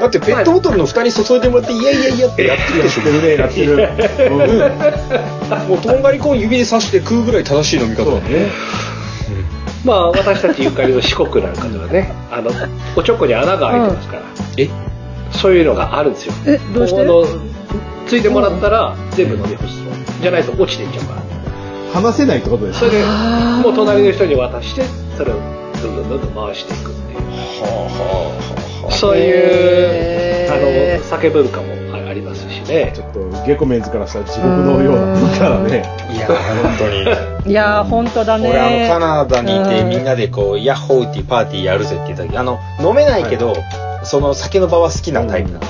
だってペットボトルの蓋に注いでもらっていやいやいやってやってるでしょやってるね、やってる。うん もうとんがりコーン指で刺して食うぐらい正しい飲み方そうだねね。まあ、私たちゆかりの四国なんかではね、あの、おちょこに穴が開いてますから、えそういうのがあるんですよ。え、どうしてここのついてもらったら、全部飲み干すと。じゃないと落ちていっちゃうから。話せないってことですそれで、あーもう隣の人に渡して、それをどんどんどんどん回していくっていう。はあはあはあそういう、へあーの、酒文化もあありますしねち。ょっと、ゲコメンズからしたら地獄のようなものからね。いや本当にいやー、本当だね。俺あのカナダにいてうんみんなでこうヤッホーっていうパーティーやるぜって言った時あの飲めないけど、その酒の場は好きなタイプなんで、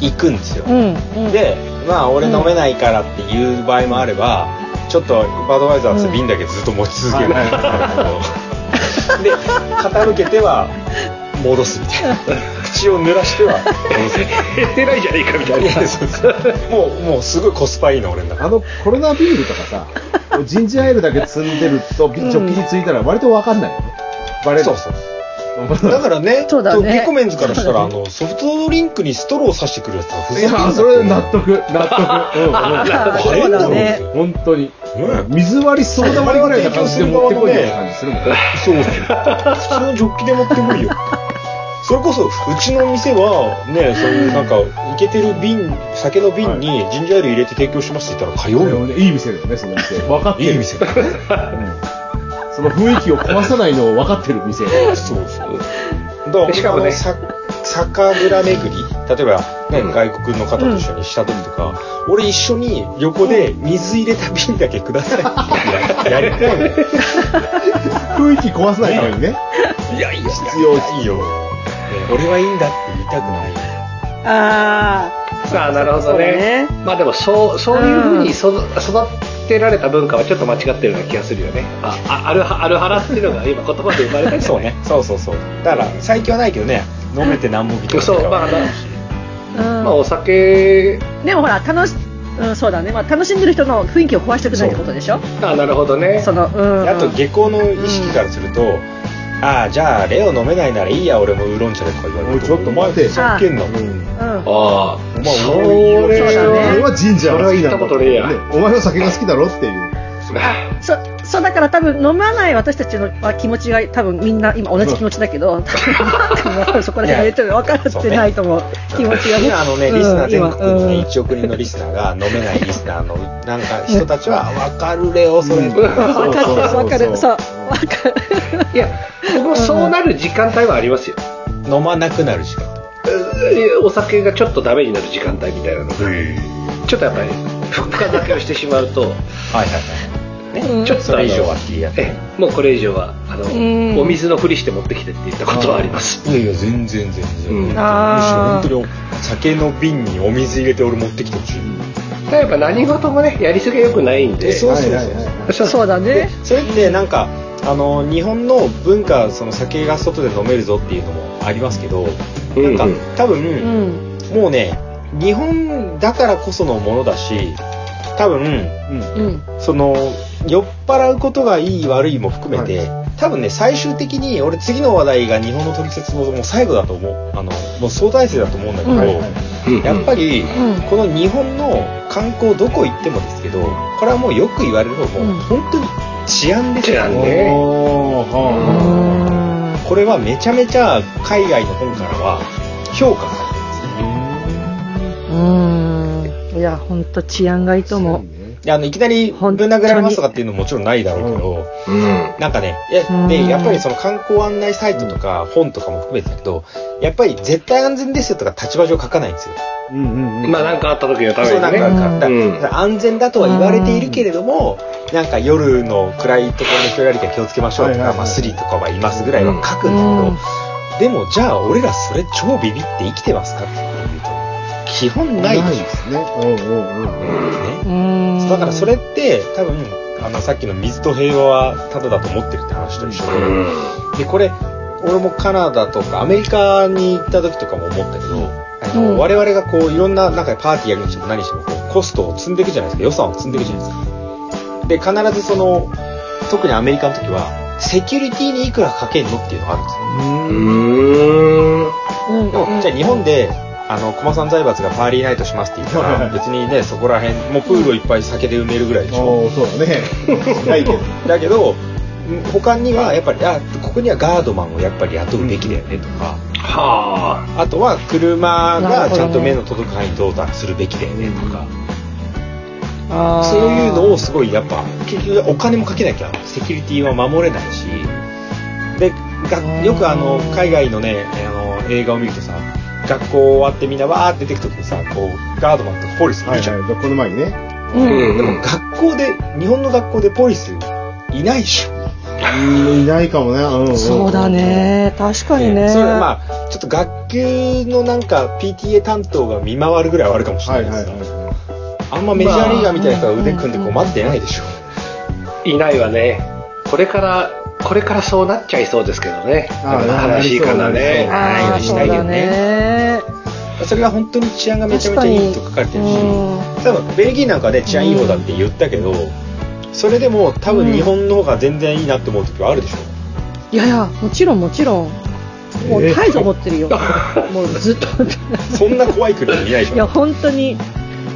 行くんですよ、うん、うん。でまあ俺飲めないからっていう場合もあれば、ちょっとバドワイザーズ瓶だけずっと持ち続ける、はいはい で傾けては戻すみたいな口を濡らしては戻すみたい減ってないじゃねえかみたいないな。やそうそうもうもうすごいコスパいいの俺の中あの、コロナビールとかさ、ジンジャーエールだけ積んでると、ビッチョキについたら割とわかんないよね。バレる。そうそううだからね、そうだねゲコメンズからしたら、そあうだの、ソフトドリンクにストローを刺してくるやつはふいざけんなや、ってそれ納得、納得。うんあうんーバレそうるだろだ うね。本当に。ね水割り、ソーダ割りぐらいな感じで持ってこいような感じするもん。そうだよ。普通のジョッキで持ってこいよ。それこそ、うちの店は、ね、そういうなんか、いけてる瓶、酒の瓶にジンジャーエール入れて提供しますって言ったら、通うよ。いい店だよね、その店。分かっていいる。店だ。その雰囲気を壊さないのを分かってる店。そうそう。だからでしかもねあのさ酒蔵巡り例えば、ねうん外国の方と一緒にした時とか、俺一緒に横で水入れた瓶だけください ってやりたいのよ雰囲気壊さないためにね。いや、いや、必要いいよ。ね俺はいいんだって言いたくない。あああ、なるほどね。まあでも、そう、そういうふうに育育てられた文化はちょっと間違ってるような気がするよね。あ、ああるは、あるはらっていうのが今言葉で生まれたりそうね。そうそうそう。だから、最近はないけどね、飲めて何も見てそう、まあ、まあ、ーまあ、うお酒、ん。でもほら、楽し、うん、そうだね。まあ、楽しんでる人の雰囲気を壊したくないってことでしょああ、なるほどね。その、うん。あと、下校の意識からすると、ああ、じゃあ、レオ飲めないならいいや、俺もウーロン茶でとか言われおいるちょっと待てお前ふざけんな。うん。うん。あおあ、前そ俺れは、そうだね俺は、はジンジャーが好きなんだそれは言ったことねえやねお前は酒が好きだろっていう。そそうだから多分飲まない私たちのは気持ちが多分みんな今同じ気持ちだけど、多分なんかそこら辺はちょっと分かってないと思う気持ちが今あのね、リスナー全国うんに今うんね、1億人のリスナーが、飲めないリスナーの、なんか人たちは、わかるレオ、そわれ。かるそうそうそうわかるそうわかるいや、僕もそうなる時間帯はありますよ。飲まなくなる時間。お酒がちょっとダメになる時間帯みたいなのがちょっとやっぱり、復活だけをしてしまうと、はいはいうんちょっとあのそれ以上はっていうやつええもうこれ以上は、あのうん、お水のふりして持ってきてって言ったことはあります。はい。いやいや、全然全うん然。あーむしろ本当に、酒の瓶にお水入れて俺持ってきてほしい。ただやっぱ何事もね、やりすぎは良くないんで、そうそうそうはいはいはいそうそうだねそれってなんかあの日本の文化その酒が外で飲めるぞっていうのもありますけど、うんなんか多う分、んもうね日本だからこそのものだし多う分ん。うんその酔っ払うことがいい悪いも含めて、多分ね最終的に俺次の話題が日本の取説ももう最後だと思うあのもう相対性だと思うんだけど、うんはいはいうんやっぱり、うんこの日本の観光どこ行ってもですけどこれはもうよく言われるのも、うん本当に治安です治よ安ねおーはこれはめちゃめちゃ海外の本からは評価されてますねうんいや本当治安がいいと思うであのいきなりぶん殴られますとかっていうのももちろんないだろうけど、うんなんかね、いやうんで、やっぱりその観光案内サイトとか本とかも含めてだけど、やっぱり絶対安全ですよとか立場上書かないんですよ。うんうんうん。まあなんかあった時のためそうになね。んか、だからうんだから安全だとは言われているけれども、なんか夜の暗いところの人よりか気をつけましょうはいとはいはか、いまあスリとかはいますぐらいは書くんだけど、でもじゃあ俺らそれ超ビビって生きてますかっていうと、基本ないでしょ。すね。うんうんうん。ねうんだからそれって多分、あのさっきの水と平和はただだと思ってるって話と一緒で、でこれ俺もカナダとかアメリカに行った時とかも思ったけど、あのうん我々がこういろんななんかパーティーやるにしても何してもこうコストを積んでいくじゃないですか予算を積んでいくじゃないですかで必ずその特にアメリカの時はセキュリティにいくらかけんのっていうのがあるんですようん。うんでもじゃあ日本であの駒さん財閥がパーリーナイトしますって言ったら別にねそこら辺もうプールをいっぱい酒で埋めるぐらいでしょおーそうだね。ないけど。だけどん他にはやっぱりあここにはガードマンをやっぱり雇うべきだよねとか、はあとは車なるほがどねちゃんと目の届く範囲に到達するべきだよねとか、あーそういうのをすごいやっぱ結局お金もかけなきゃセキュリティは守れないしでがよくあの海外のねあの映画を見るとさ学校終わってみんなわーって出てく時にさこうガードマンとかポリスいはいるじゃん、はい。この前にね。あ。うんうんうん。学校で日本の学校でポリスいないでしょ、うんいないかもね。うんうんそうだ。ね確かにねそれまあちょっと学級のなんか PTA 担当が見回るぐらいはあるかもしはれいないはでいすが、はあんまメジャーリーガーみたいな人が腕組んでこう待ってないでしょ。いないわね。これから、これからそうなっちゃいそうですけどね。ああ話からね。なりあーそうそなうんだだよねそれが本当に治安がめちゃめちゃいいと書かれてるし、多分ベルギーなんかで治安いい方だって言ったけど、それでも多分日本の方が全然いいなって思う時はあるでしょ。いやいやもちろんもちろんもうえー態度持ってる よ、もうずっとそんな怖い国はいないでしいやょ。本当に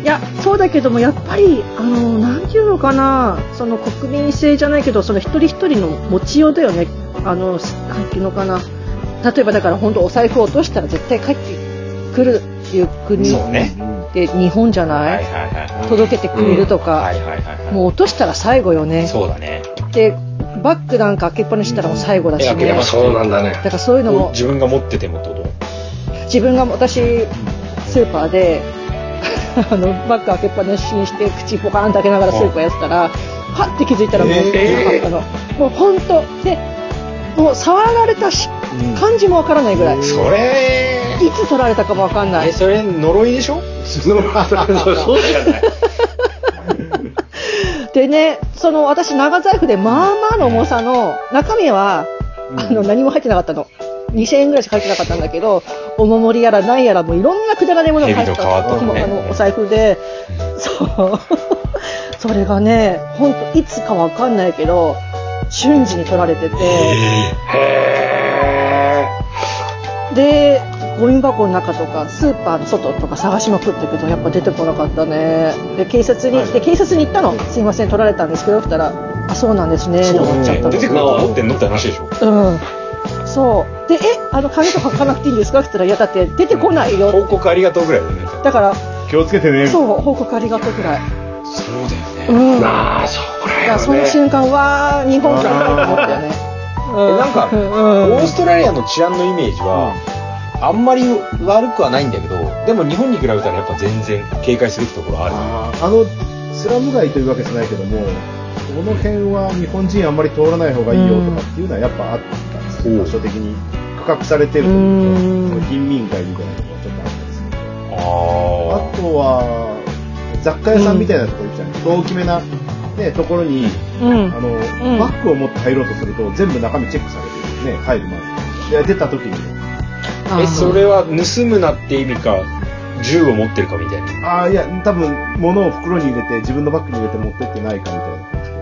いやそうだけどもやっぱりあのなんていうのかなその国民性じゃないけどその一人一人の持ちようだよねあのなんていうのかな例えばだから本当お財布落としたら絶対帰ってくるっていう国そうい。ね。で日本じゃはいなはいい、はい。届けてくれるとはか、いはいはいはい。もう落としたら最後よねそうだね。でバッグなんか開けっぱなししたらもう最後だしうんいねややっまぱあだそうなんだね。からそういうのこうも自分が持っててもってこと自分が私スーパーであのバッグ開けっぱなしにして口ポカーンと開けながらスーパーやってたらはって気づいたらもうえなーかったの、もう本当でもう触られたしうん感じもわからないぐらい、いそれつ取られたかもわかんないえ、それ呪いでしょそう そうじゃない。でねその私長財布でまあまあの重さの中身はうんあの何も入ってなかったの2000円ぐらいしか入ってなかったんだけだけどお守りやら何やらもういろんなくだらないものが入ってた蛇の皮とかねあのお財布でそうそれがね本当いつかわかんないけど瞬時に取られてて、へでゴミ箱の中とかスーパーの外とか探しまくったけどやっぱ出てこなかったねで警察に、はいで警察に行ったの「すいません取られたんですけど」って言ったらあそうなんですねそとう思っちゃったねの出てくると思ってんのって話でしうょ。んそうでえあの鍵とか書かなくていいんですかって言ったらいやだって出てこないよ報告ありがとうぐらいだよね。だから気をつけてね。そう報告ありがとうぐらいそうだようね。んだかまあ、そこら辺らそのはね。瞬間わー日本かと思ったよねえなんかうんオーストラリアの治安のイメージは、あんまり悪くはないんだけど、でも日本に比べたらやっぱ全然警戒すべきところはある。あーあの、スラム街というわけじゃないけども、この辺は日本人あんまり通らない方がいいよとかっていうのはやっぱあったんですうんよ。場所的に区画されてるというか、うんその貧民会みたいなのがちょっとあったんですけど。ああとは、雑貨屋さんみたいなとこ行くじゃないですか。大きめな、ね、ところに、うんあの、バッグを持って入ろうとすると、全部中身チェックされてるんですね、入る前に。で、出た時に、あ。え、それは盗むなって意味か、銃を持ってるかみたいな。ああ、いや、多分、物を袋に入れて、自分のバッグに入れて持ってってないかみたいな感じで。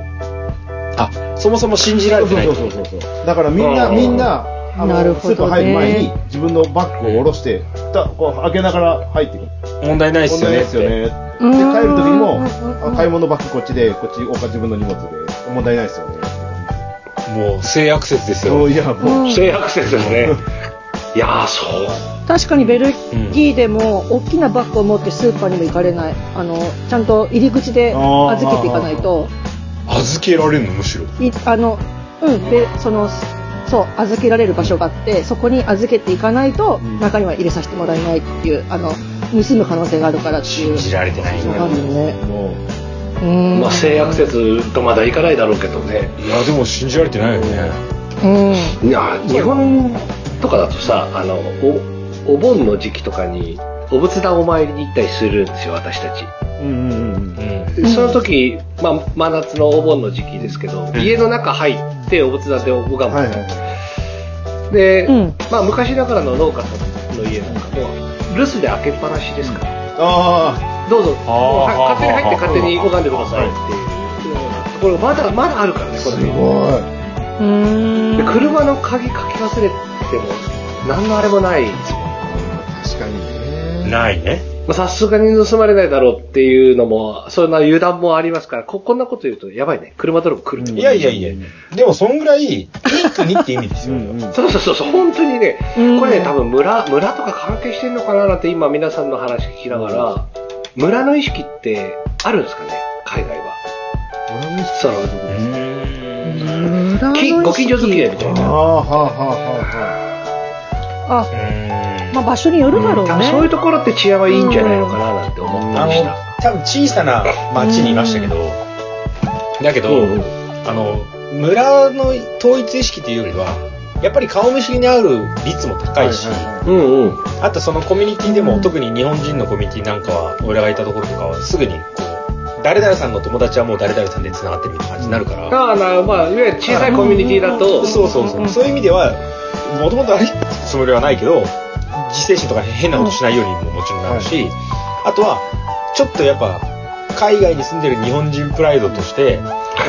あ、そもそも信じられてない。そうそうそうそうそう。だからみんな、うんみんな、あなるの、スほどねーパー入る前に自分のバッグを下ろして、だこう開けながら入ってくる。問題ないっすよねって。問題ないですよね。で、帰うんる時にもうん、あ買い物バッグこっちで、こっち、おか自分の荷物で、問題ないですよね。もう、性アクセスでそすよう。いや、もう、うん性アクセスですね。いやー、そう。確かにベルギーでも大きなバッグを持ってスーパーにも行かれないあのちゃんと入り口で預けていかないと預けられるの、むしろ。いあのうんでそのそう預けられる場所があってそこに預けていかないとうん中には入れさせてもらえないっていうあの盗む可能性があるからっていう信じられてないのがあるよねもう、うんまあ、性アクセスとまだいかないだろうけどね。いや、でも信じられてないよね。うんいやー、日本とかだとさ、あの、お、お盆の時期とかに、お仏壇お参りに行ったりするんですよ、私たち。うんうんうん。うん。その時、まあ、真夏のお盆の時期ですけど、家の中入ってお仏壇で拝む。はいはいはで、うんまあ、昔ながらの農家さんの家なんかも、留守で開けっぱなしですから、い。あどうぞ、あーもうは勝手に入ってあー勝手に拝んでくださいっていうようなところがまだ、まだあるからね、あ、こすのごい。辺。うんで、車の鍵かけ忘れても、何のあれもないんですよ。確かにね。ないね。まあさすがに盗まれないだろうっていうのも、そんな油断もありますから、こ、こんなこと言うと、やばいね。車泥棒来るねうんいやいやいや、でもそんぐらい、いい国って意味ですうよ。んうん。そうそうそうそう、本当にね、うんこれね、多分村、村とか関係してんのかななんて今皆さんの話聞きながら、村の意識ってあるんですかね海外は。その、村の意き識ご近所付き合いみたいああ、な。はあはあまあ場所によるだろう多分ねそういうところって治安はいいんじゃないのかななんて思ったありしのた。、多分小さな町にいましたけど、だけど、うんうんあの、村の統一意識というよりは、やっぱり顔見知りに会う率もあはあ。高いし、うんうん。あとそのコミュニティでも、特に日本人のコミュニティなんかは、俺らがいたところとかは、すぐにこう、誰々さんの友達はもう誰々さんで繋がってるみたいな感じになるから、ああ、な、まあ、いわゆる小さいコミュニティだと、そうそうそう、そういう意味では、もともとあるつもりはないけど、自制心とか変なことしないようにももちろんなるし、あとは、ちょっとやっぱ、海外に住んでる日本人プライドとして、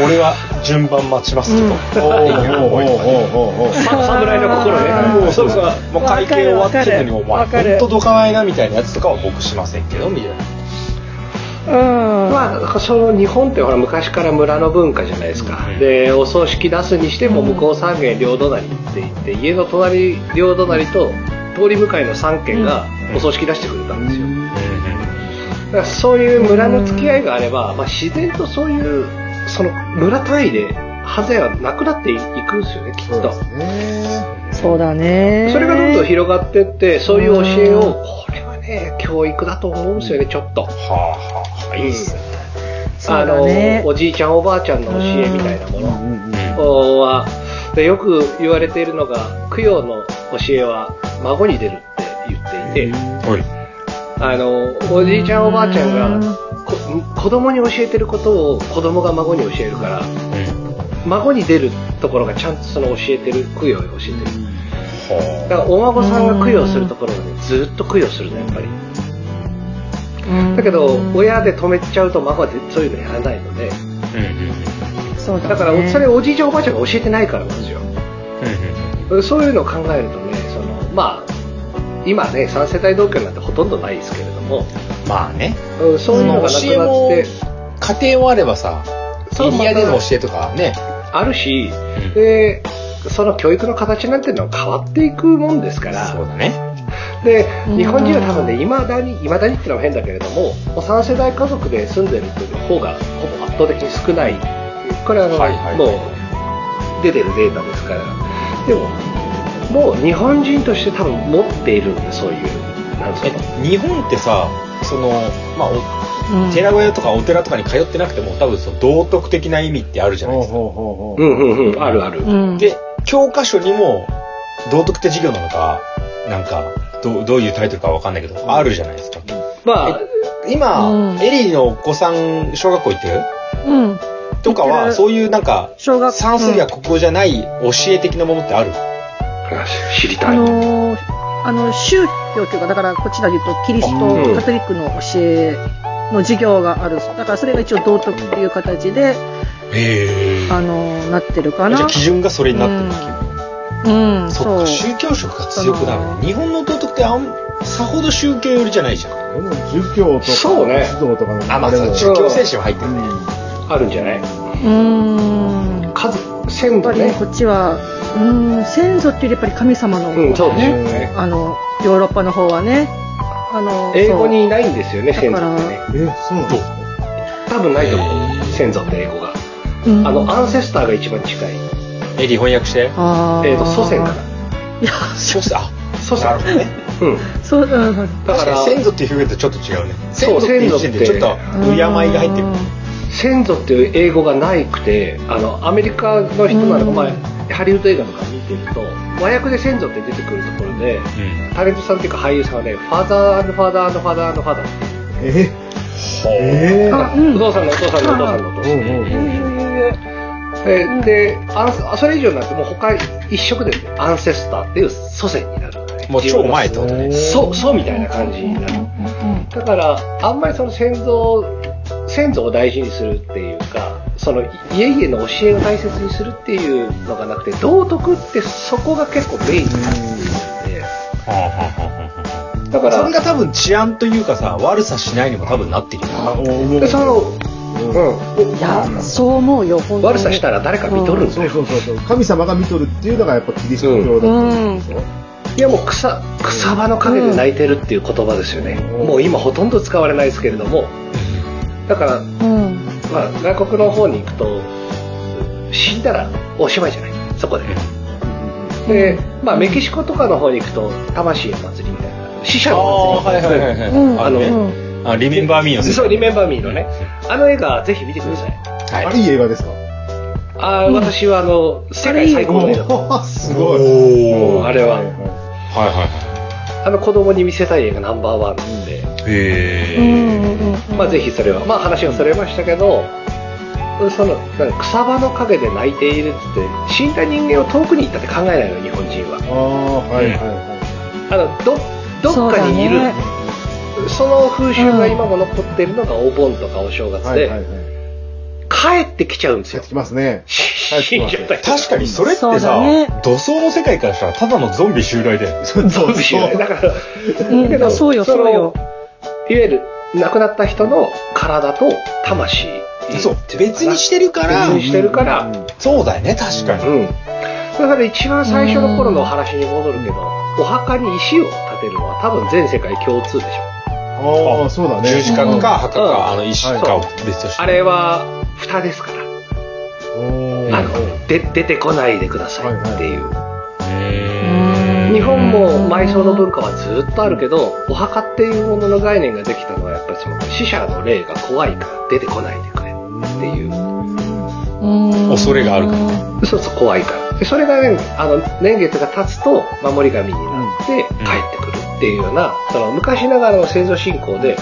俺は順番待ちますけど、っていう思いとかねおおおおおさ侍の心ね。もうそうそう、もう会計終わってるのに、お前、わかるほんとどかないなみたいなやつとかは僕しませんけど、みたいな。うんまあ、だからその日本ってほら昔から村の文化じゃないですか、うんでお葬式出すにしても向こう三軒両隣って言って家の隣両隣と通り向かいの三軒がうんお葬式出してくれたんですよ、だからそういう村の付き合いがあれば、まあ、自然とそういうその村単位でハゼはなくなっていくんですよねきっそうとでそ,、すね。そうだねれがどんどん広がってってそういう教えをこれはね教育だと思うんですよねちょっと。はあはあ、いいっすね。そあうだのねおじいちゃんおばあちゃんの教えみたいなもうの、んうんうん。はでよく言われているのが供養の教えは孫に出るって言っていて、おい。あのおじいちゃんおばあちゃんうんがこ子供に教えてることを子供が孫に教えるから孫に出るところがちゃんとその教えてる供養を教えてるだからお孫さんが供養するところをねずっと供養するのやっぱりだけど親で止めちゃうと孫はそういうのやらないのでそうだ,、ね、だからそれおじいちゃんおばあちゃんが教えてないからなんですよそういうのを考えるとね、そのまあ、今ね、3世帯同居なんてほとんどないですけれども、まあね。うんそういうのがなく教えなっもて、家庭もあればさそうエリアでの教えとかね。あるし、で、その教育の形なんていうのは変わっていくもんですから、そうだね。でうん日本人は多分ねいまだにいまだにってのは変だけれどももう3世代家族で住んでるっていう方がほぼ圧倒的に少ないこれはあの、はいはいもう出てるデータですからでももう日本人として多分持っているんでそういうなんですかえ日本ってさその、まあ、おうん寺小屋とかお寺とかに通ってなくても多分その道徳的な意味ってあるじゃなほういですか。ほうほうほう。うんうんうんあるある、うんで教科書にも道徳って授業なのかなんかどうどういうタイトルかわかんないけどあるじゃないですか。まあ今、うんエリーのお子さん小学校行ってるうんとか行ってはるそういうなんか小学算数や国語じゃない教え的なものってある、知りうんたあい、のーあの宗教というかだからこっちらで言うとキリスうんトカトリックの教えの授業があるだからそれが一応道徳っていう形でへあのーなってるかじゃなあ基準がそれになってるっていううんそそっかう宗教色が強くなそるのね日本の道徳ってあんさほど宗教寄りじゃないじゃんでも儒教とか、そうね仏道とかの、あまあれそもう宗教精神は入ってるねあるんじゃないうーん数鮮や度っぱりねねこっちはうん先祖っていうよりやっぱり神様の、うんそうですよねあのヨーロッパの方はねあの英語にいないんですよねだ先か祖らってねえ、そうなんですか多分ないと思う先祖って英語がそううんあのアンセスターが一番近いエリー翻訳してあーえー、と祖先かないやそうすあ祖先なるほどねうんそう、うん、だか確からに先祖っていう表現とちょっと違うね先そ祖うっていう時点でちょっと敬いが入ってる先祖っていう英語がないくてあのアメリカの人ならうば、んまあ、ハリウッド映画とか見てると和訳で先祖って出てくるところでタレントさんっていうか俳優さんはねファザーファザーファザーファザーえ、ええあー、うんお父さんのお父さんのお父さんのお父さんうんうんうんえーでアンセそれ以上になってもう他一色でアンセスターっていう祖先になるもう超前ってことねそうそうみたいな感じになるだからあんまりその先祖先祖を大事にするっていうかその家々の教えを大切にするっていうのがなくて道徳ってそこが結構メインになっていてだからそれが多分治安というかさ悪さしないにも多分なってるよあ、お思でその、うんいやそう思うよ本当に悪さしたら誰か見とるんだそうよそうそうそう。神様が見とるっていうのがやっぱキリスト教だうとんいやもう草草葉の陰で泣いてるっていう言葉ですよね、うんもう今ほとんど使われないですけれどもだから、うんまあ、外国の方に行くと死んだらおしまいじゃないそこで、で、まあ、メキシコとかの方に行くと魂の祭りみたいな死者の祭りいうんあのうねあリメンバーミーの世界そうリメンバーミーのねあの映画ぜひ見てくださいはいあれいい映画ですかあー、私はあの世界最高の映画おすおごい。ーうんあれは、いははいはいあの子供に見せたい映画ナンバーワンなんで、はいへうんうえんうんまあぜひそれは、まあ話がそれましたけど、その、なんか草葉の陰で泣いているっつって、死んだ人間を遠くに行ったって考えないの、日本人は。いあーはいはいはい。あの、ど、どっかにいるそうだね。そ,、の風習が今も残ってるのがお盆とかお正月はいで、はいはい。帰ってきちゃうんです帰っよて。きますね。 死んじゃった人確かにそれってそうさ、だね土葬の世界からしたらただのゾンビ襲来で。そうそうですよね。だから、うんだけどそうよのそうよいわゆる亡くなった人の体と魂。そうっていうのか別なにしてるから別にしてるから、そうだよね確かに、うん。だから一番最初の頃のお話に戻るけど、お墓に石を建てるのは多分全世界共通でしょ。ああ、そうだね。十字架うんか墓うんかあの石かを別としてあれは蓋ですから、おーあので出てこないでくださいっていう。へー日本も埋葬の文化はずっとあるけど、お墓っていうものの概念ができたのはやっぱりその死者の霊が怖いから出てこないでくれっていう。うん恐れがあるからそうそう怖いから。でそれがね、あの、年月が経つと守り神になって帰ってくるっていうような、その昔ながらの先祖信仰で、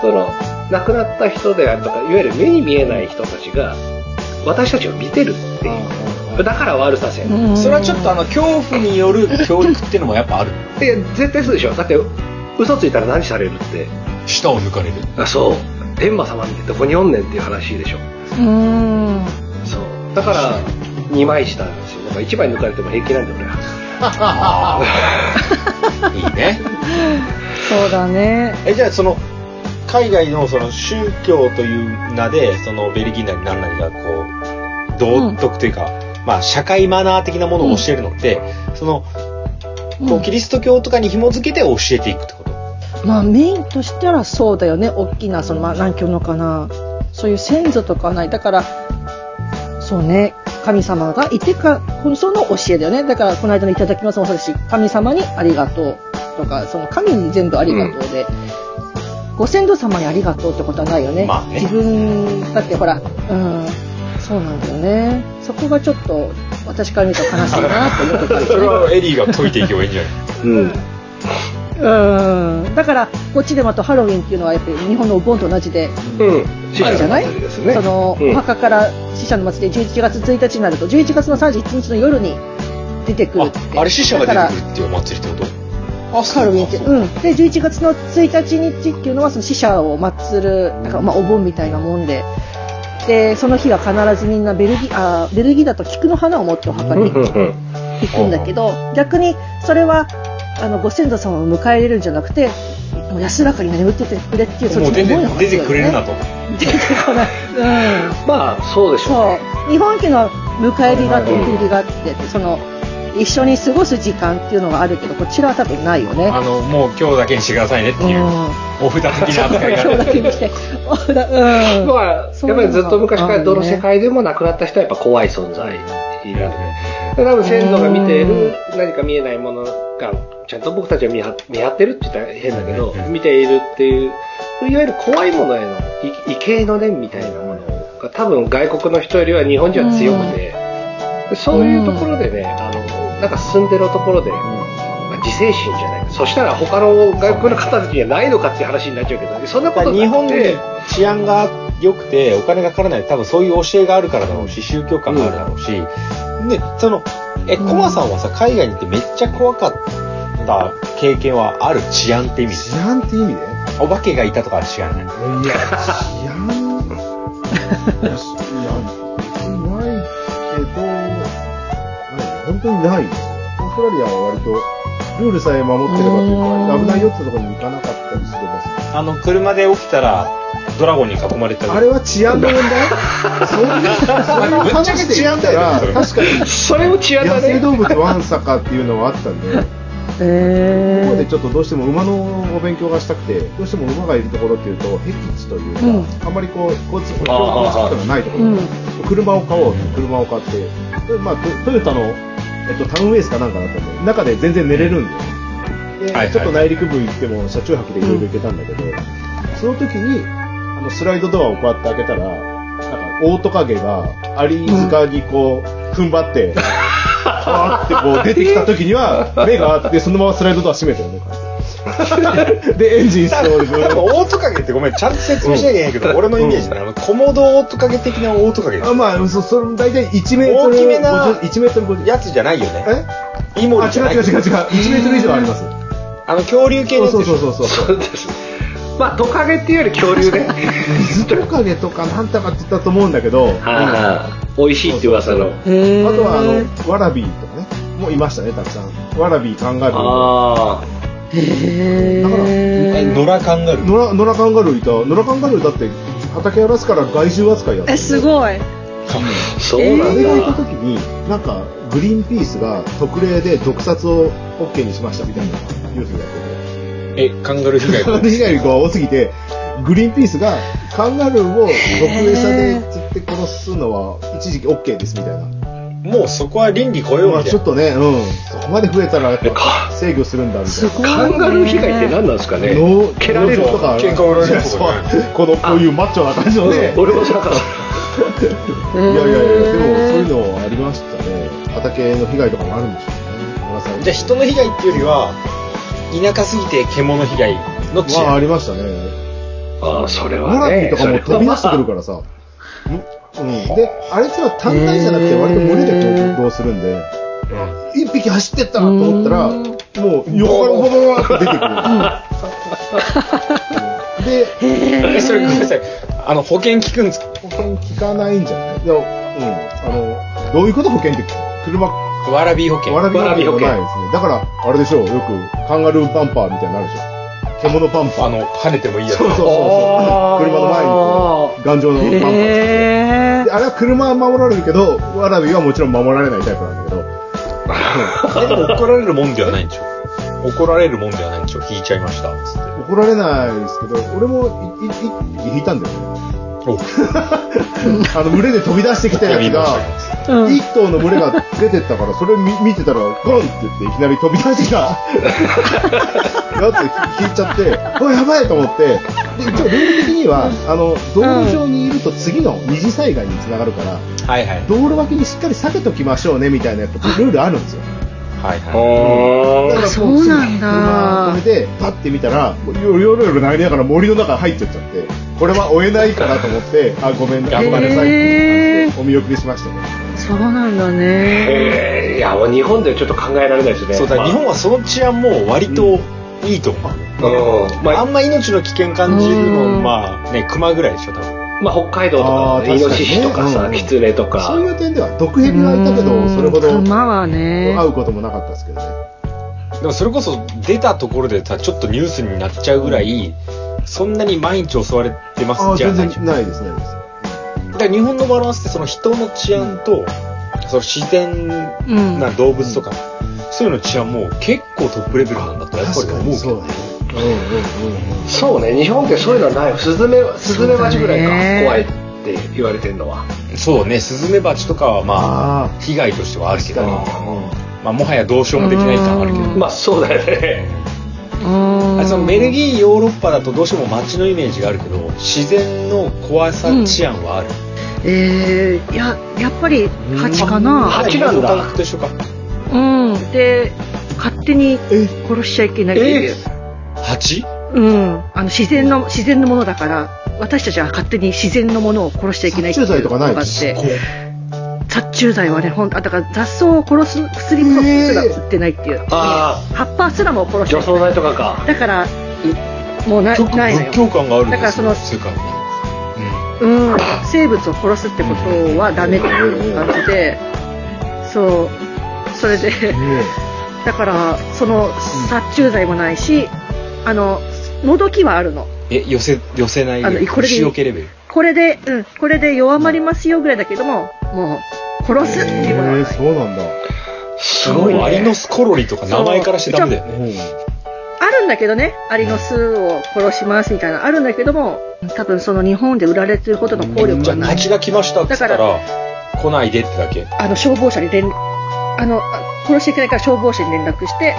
その亡くなった人であるとか、いわゆる目に見えない人たちが私たちを見てるっていう。だから悪させん。うんそれはちょっとあの恐怖による教育っていうのもやっぱあるで絶対そうでしょだって嘘ついたら何されるって舌を抜かれるあそう天馬様ってどこにおんねんっていう話でしょうんそうだから二枚舌なんですよだから1枚抜かれても平気なんで俺はいいね そうだねえじゃあその海外のその宗教という名で、そのベルギーなり何なりがこう、道徳というか、まあ社会マナー的なものを教えるのって、その、こううんキリスト教とかに紐づけて教えていくってこと。まあメインとしたらそうだよね大きなそのまあ何教のかなそういう先祖とかはないだからそうね神様がいてかこのその教えだよねだからこの間の「いただきます」もそうだし神様に「ありがとう」とかその神に全部「ありがとうで」ご先祖様に「ありがとう」ってことはないよね,、まあね自分だってほらうんそうなんだよねそこがちょっと私から見ると悲しいなって思ってたり それはエリーが解いていけばいいんじゃないうん。うんだからこっちでまたハロウィンっていうのはやっぱり日本のお盆と同じでうん。あるじゃない、ですね。その、うんお墓から死者の祭りで11月1日になると11月の31日の夜に出てくるってあ、あれ死者がだから出てくるっていうお祭りってことあ、ハロウィンって、そうかうん、で11月の1日っていうのはその死者を祀るなんかまあお盆みたいなもんででその日は必ずみんなベルギーあーベルギーだと菊の花を持ってお墓にうん行くんだけど、逆にそれはあのご先祖様を迎え入れるんじゃなくてもう安らかに眠っててくれっていうそっもうち出のて思いの方が出て強いよねくれるなと。出てこない、うん、まあ、そうでしょうそね。う日本家の迎え入りがあって送り火があってその一緒に過ごす時間っていうのがあるけどこちらは多分ないよねあの、もう今日だけにしてくださいねってうんいう、お札的な扱いが今日だけ見てお札うんだから、やっぱりずっと昔からどの世界でも亡くなった人はやっぱ怖い存在いるわけで多分先祖が見ている何か見えないものが、ちゃんと僕たちは見張見張ってるって言ったら変だけど、見ているっていう、いわゆる怖いものへのい畏敬の念みたいなものが多分外国の人よりは日本人は強くて、でそういうところでね、あの、なんか進んでるところで、まあ自制心じゃないそしたら他の外国の方たちにはないのかっていう話になっちゃうけど、そんなことなくて日本で治安が良くてお金がかからない多分そういう教えがあるからだろうし宗教観があるだろうし、でそのえコマさんはさ海外に行ってめっちゃ怖かった経験はある治安って意味治安って意味でお化けがいたとかは知らないいや、治安、いや、いや、ないけど、ない本当にないですよ。オーストラリアは割と、ルールさえ守ってればといううか、ん危ないよってところに行かなかったりすれば、あの車で起きたらドラゴンに囲まれたあれは治安の問題そういう、そういうぶっちゃけ話で治言安っだたら、よねそれ確かに、それも治安だ野生ね。動物ワンサカっていうのはあったんで、ここでえちょっとどうしても馬のお勉強がしたくて、どうしても馬がいるところっていうと、僻地というか、うんあんまりこう、交通、公共の交通とかがないところうん車を買おう、車を買って、でまあ、トトヨタの、えっと、タウンウェイスかなんかだったんで、中で全然寝れるんで、ではいはいちょっと内陸部行っても車中泊でいろいろ行けたんだけど、その時に、あの、スライドドアをこうやって開けたら、なんか、オオトカゲが、アリ塚にこう、踏ん張って、わーってこう出てきた時に は、目があって、そのままスライドドア閉めたよね。 で、エンジンストール多分オオトカゲってごめんちゃんと説明しなきゃいけないけど、俺のイメージね、あのコモドオオトカゲ的なオオトカゲあまあ、そ、それ、大体1メート大ル。きめな50 1メートル50。やつじゃないよねえイモあ、リじ違うゃない違う違う違う。1メートル以上あります。あの恐竜系のそうやつそうそでしうょそうそ。そううです。まあ、トカゲっていうより恐竜ね。水トカゲとかなんとかって言ったと思うんだけど、 ああ、 美味しいって噂の。ー、へあーとはあの、ワラビーとかね、もういましたね、たくさん。ワラビー、カンガルー。ああ。へだからえー野良カンガルー野良野良カンガルーいた。野良カンガルーだって、畑荒らすから害獣扱いやった。えすごいそうなあんれがいただ。時に、なんか、グリーンピースが特例で毒殺を OK にしましたみたいなニュースがやってて。えカンガルー被害カンガルー被害が多すぎて、グリーンピースがカンガルーを毒餌で釣って殺すのは一時期 OK ですみたいな。もうそこは倫理超えようまみあたいちょなっ。とね、うん。そこまで増えたらやっでかぱ制御するんだみたいすな。ごいねカンガルー被害って何なんですかね脳蹴られる脳とか、喧嘩売られるとかねそうこのこういうマッチョな感じのね。いやい俺もなんか、やいや、でもそういうのありましたね。畑の被害とかもあるんでしょうね野良さん。じゃあ人の被害っていうよりは、田舎すぎて獣被害の治まああ安。りましたね。ああ、それマはラピねー。とかもう飛び出してくるからさ。うん、で、あいつは単体じゃなくて割と群れで行動するんで、一匹走ってったなと思ったら、うもんう横からボボボボって出てくる。うんで、え、それごめんなさい。あの、保険聞くんですか保険効かないんじゃないいや、うん。あの、どういうこと保険って、車、わわらび保険。らびわらび保保険険ないですね。だから、あれでしょう、よくカンガルーバンパーみたいになるでしょ。獣パンパあの、跳ねてもいいやつ。そうそうそうそう。車の前にこう、頑丈のパンパン。へであれは車は守られるけど、わらびはもちろん守られないタイプなんだけど、でも怒られるもんではないんでしょ。怒られるもんではないんでしょ。引いちゃいました。つって。怒られないですけど、俺もいい一匹引いたんだよね。 おあの、群れで飛び出してきたやつが、うん一頭の群れが出てったから、それ見見てたら、ゴンって言って、いきなり飛び出して きた。やつ引いちゃって、おやばいと思って、で、一応ルール的には、あの、道路上にいると次の二次災害につながるから、はいはい。道路脇にしっかり避けときましょうね、みたいなやっぱルールあるんですよ。はいはい。おだからもそうなんだそれで、パッて見たら、よろよろよろなりながら森の中入っちゃっちゃって、これは追えないからと思って、あ、ごめんな、頑張れごめんなさいって言ってお見送りしましたね。そうなんだね。えーいや、もう日本ではちょっと考えられないですね。そうだ、日本はその治安も割といいと思う。本、うん、まああ、んま命の危険感じるうの、んまあね、熊ぐらいでしょ、多分。まあ、北海道とあか、ーイノシシとか確かさ、にねうんキツネとか。そういう点では、毒蛇はいたけど、それほど馬はね。会うこともなかったですけどね。でもそれこそ出たところでさ、ちょっとニュースになっちゃうぐらい、そんなに毎日襲われてまあすーじゃ全ない然ないですね。ないですだから日本のバランスってその人の治安と、その自然うんな動物とか、そういうの治安も結構トップレベルなんだとやっぱり確か思うにけそうどだねね。うんうんうんうん。そうね、日本ってそういうのはない。スズメ、スズメバチぐらいか、そうだね怖いって言われてるのは。そうね、スズメバチとかはまああ、被害としてはあるけど、確まかにうんあもはやどうしようもできない感はあるけど。うんまあ、そうだよね。うんあれそのベルギー、ヨーロッパだとどうしても街のイメージがあるけど、自然の怖さ、うん治安はある。えー、いや、やっぱり蜂かな。蜂なんだ感覚と一緒か。うん。で、勝手に殺しちゃいけないっていう。蜂うん。あの、自然の、自然のものだから、私たちは勝手に自然のものを殺しちゃいけないっていう殺虫剤とかないのがあってこう。殺虫剤はね、ほんあだから雑草を殺す薬もすら売ってないっていう。あ葉っぱすらも殺あ、して除ない草剤とかか。だから、もうなちょっとないのよ仏。教感があるんでだすよからその世界に。うん、生物を殺すってことはダメっていう感じで、そう、それで、だから、その殺虫剤もないし、あの、のどきはあるの。うんえ、寄せ、寄せないあのこれでいい虫よけレベル。これで、うん、これで弱まりますよぐらいだけども、もう、殺すっていうものはえーない。そうなんだ。すもごういアリね。ノスコロリとか名前からしてダメだよね。あるんだけどね、アリの巣を殺しますみたいな、あるんだけども、多分その日本で売られてるほどの効力じゃはあない。蜂が来ましたっつった、だから来ないでってだけ。あの消防車に連あのあ殺しちゃいけないから消防車に連絡して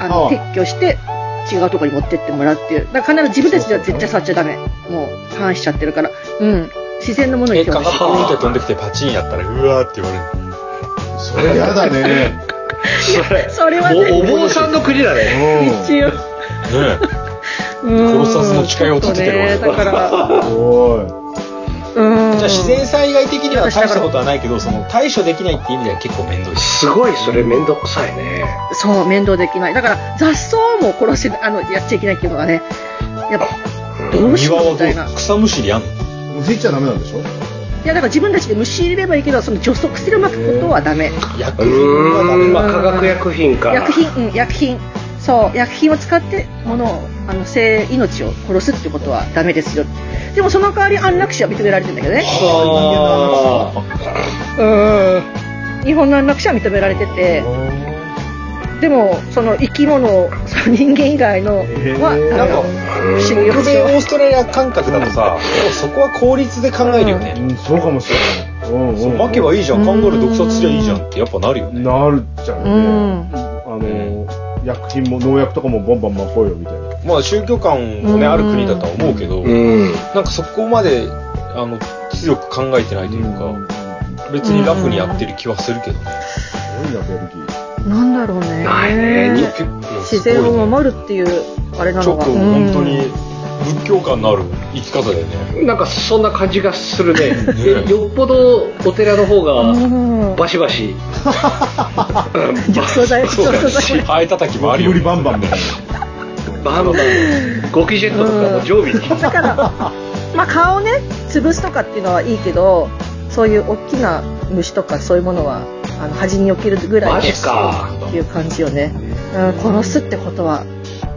あのああ撤去して違うところに持ってってもらうっていうだから必ず自分たちでは絶対触っちゃダメもう反しちゃってるからうん自然のものえ、に手をか出かしってこいいって飛んできてパチンやったら、うわーって言われる。それやだね。 それはねおお坊さんの国だね。う一応ね えうん殺さずの誓いを立ててるわちょっとねだからん。おい。うんじゃあ自然災害的には大したことはないけど、その対処できないって意味では結構面倒いし。すごい、それめんどくさいね。そう面倒できないだから雑草も殺してあのやっちゃいけないっていうのがねやっぱどうしようみたいな庭はどう草むしりやんのむじっちゃダメなんでしょいやだから自分たちで虫入れればいいけどその除草薬をまくことはダメ、う薬品はダーん、メまだ。あ、化学薬品か。薬品、うん、薬品。そう、薬品を使って、ものを、あの、生、命を殺すってことはダメですよ。でもその代わり安楽死は認められてんだけどね。あーうん。日本の安楽死は認められてて、でも、その生き物、その人間以外のは、なんあの、か、死ぬ北余地米オはーストラリア感覚だとさ、もうそこは効率で考えるようね。ん、そうかもしれない。うん。そううん負けばいいじゃん、カンガルー毒殺すりゃいいじゃんってやっぱなるよね。なるじゃんね。うんあの、薬品も農薬とかもボンボンまこうよみたいな。まあ宗教観もね、うんある国だとは思うけど、うん。なんかそこまで、あの、強く考えてないといううんか、す別にラフにやってる気はするけどね。ごいな、ベルギー。なんだろうねないね。日本自然を守るっていう、あれなちょのっとが。本当に仏教観のある生き方だよね。なんかそんな感じがするね。ねでよっぽどお寺の方うがん。 うんバシバ シ。除草剤、除そうだ草剤。よハエ叩きもあるよ。ブリバンバンみたいバンバン、ゴキジェットとかも常備に。だから、まあ、顔をね潰すとかっていうのはいいけどそういう大きな虫とかそういうものはあの端に避けるぐらマいジのか。っていう感じよね、うん、殺すってことは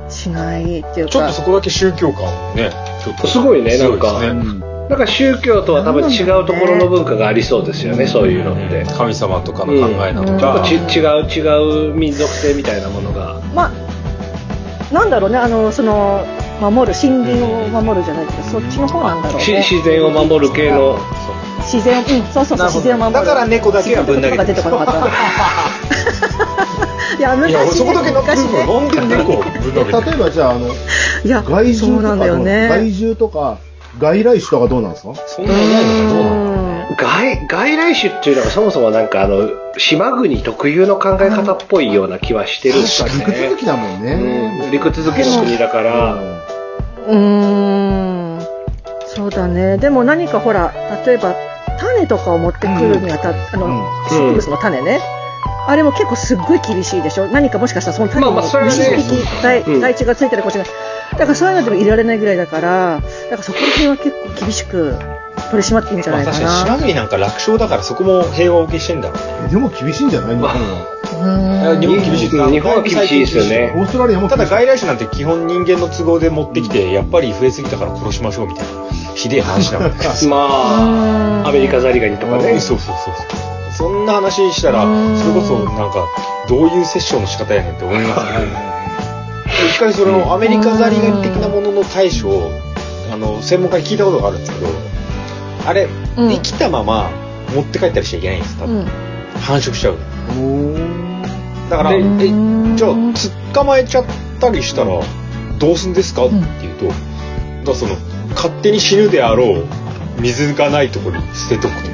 しないっていうか。ちょっとそこだけ宗教感をね、ちょっとすごいねなんか強いですねなんか宗教とは多分違うところの文化がありそうですよね、そういうのって。ち神様とかの考えなうのんょか、っとち違う、違う民族性みたいなものが。まあ、なんだろうね、あの、その、守る、森林を守るじゃないけど、そっちの方なんだろう、しね。自然を守る系の。自然、うん、そうそうそう、自然を守る。だから猫だけはぶん投げて自然って言葉が出てこなかった。 いや、いや、昔そこだけね、な昔ね。んで猫をぶん投げて例えばじゃあ、あの、いや、外そ獣とうなかんだよの、外ね。獣とか、外来種とかどうなんですかそんなにないのかどうなの外、外来種っていうのがそもそもなんかあの、島国特有の考え方っぽいような気はしてるんですそようか、陸ね続。きだもんうんね。陸続きの国だから、うーんそうだね。でも何かほら、例えば、種とかを持ってくるにあたって、あうんの、植物の種ね。あれも結構すっごい厳しいでしょ何かもしかしたらその種まあにまあそれはね意識的に台うん台地がついてるかもしれない。だからそういうのでもいられないぐらいだから、だからそこら辺は結構厳しく取り締まっていいんじゃまなあいか確かに島な。国なんか楽勝だからそこも平和を受けしてんだろうね。うんでも厳しいんじゃない日本はうーん日本厳しいです日本は厳しいですよねオーストラリアもた厳しいだ外来種なんて基本人間の都合で持ってきて、やっぱり増えすぎたから殺しましょうみたいな、ひでえ話 なんだけどまうあ、んアメリカザリガニとかね。そうそうそうそう。そんな話したら、うんそれこそなんか、どういう殺生の仕方やねんって思いますね。一回そのアメリカザリガニ的なものの対処を、あの、専門家に聞いたことがあるんですけど、あれ、うん生きたまま持って帰ったりしちゃいけないんです、多分。繁殖しちゃう。おーだから、え、でじゃあ、捕まえちゃったりしたら、どうすんですかって言うと、だからその、勝手に死ぬであろう、水がないところに捨てとくとか。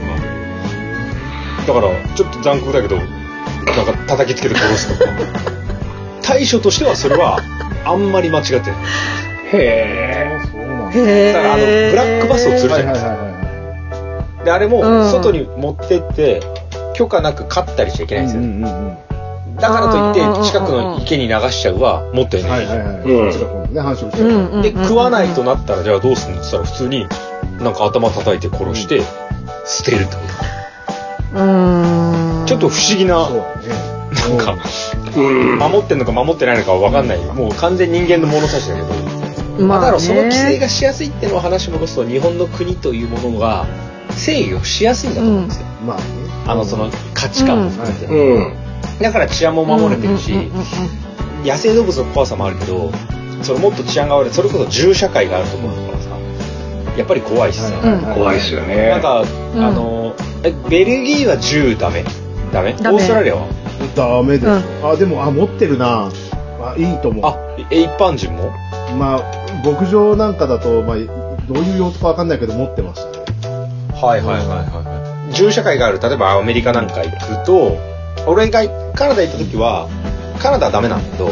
だから、ちょっと残酷だけど、なんか叩きつけて殺すとか。対処としてはそれは、あんまり間違ってない。へそうなんだ。へだからあのーブラックバスを釣るはいはいはいはで、あれうも、ん外に持ってって、許可なく飼ったりしちゃいけないい。んですよ。うんうんうんうんだからといっあーて、近くの池に流しちゃうは、もったいなはいいは。いはい。こうんっちが今度ね、繁殖してうるんうんで、食わないとなったら、じゃあどうするのって言ったら、普通に、なんか頭叩いて殺して、捨てるってこと。うーんちょっと不思議な、そうなんね。か、うん。守ってんのか守ってないのかわかんない。もう完全人間の物差しだけど。まあ、だろう、その規制がしやすいってのを話戻すと、日本の国というものが、制御しやすいんだと思うんですよ。うんまあね。あの、その価値観も含めて。うん。だから治安も守れてるし、うんうんうんうん野生動物の怖さもあるけどそれもっと治安が悪いそれこそ銃社会があるところだからさやっぱり怖いしさ、はいはいはい怖いですよね。なんか、んあのえベルギーは銃ダメダメダメオーストラリアはダメですよ。あ、でも、あ、持ってるな。あ、いいと思う。あえ一般人もまあ、牧場なんかだと、まあ、どういう用途かわかんないけど、持ってましたね。はいはいはいはい銃社会がある例えばアメリカなんか行くと俺がカナダ行った時はカナダはダメなんだけど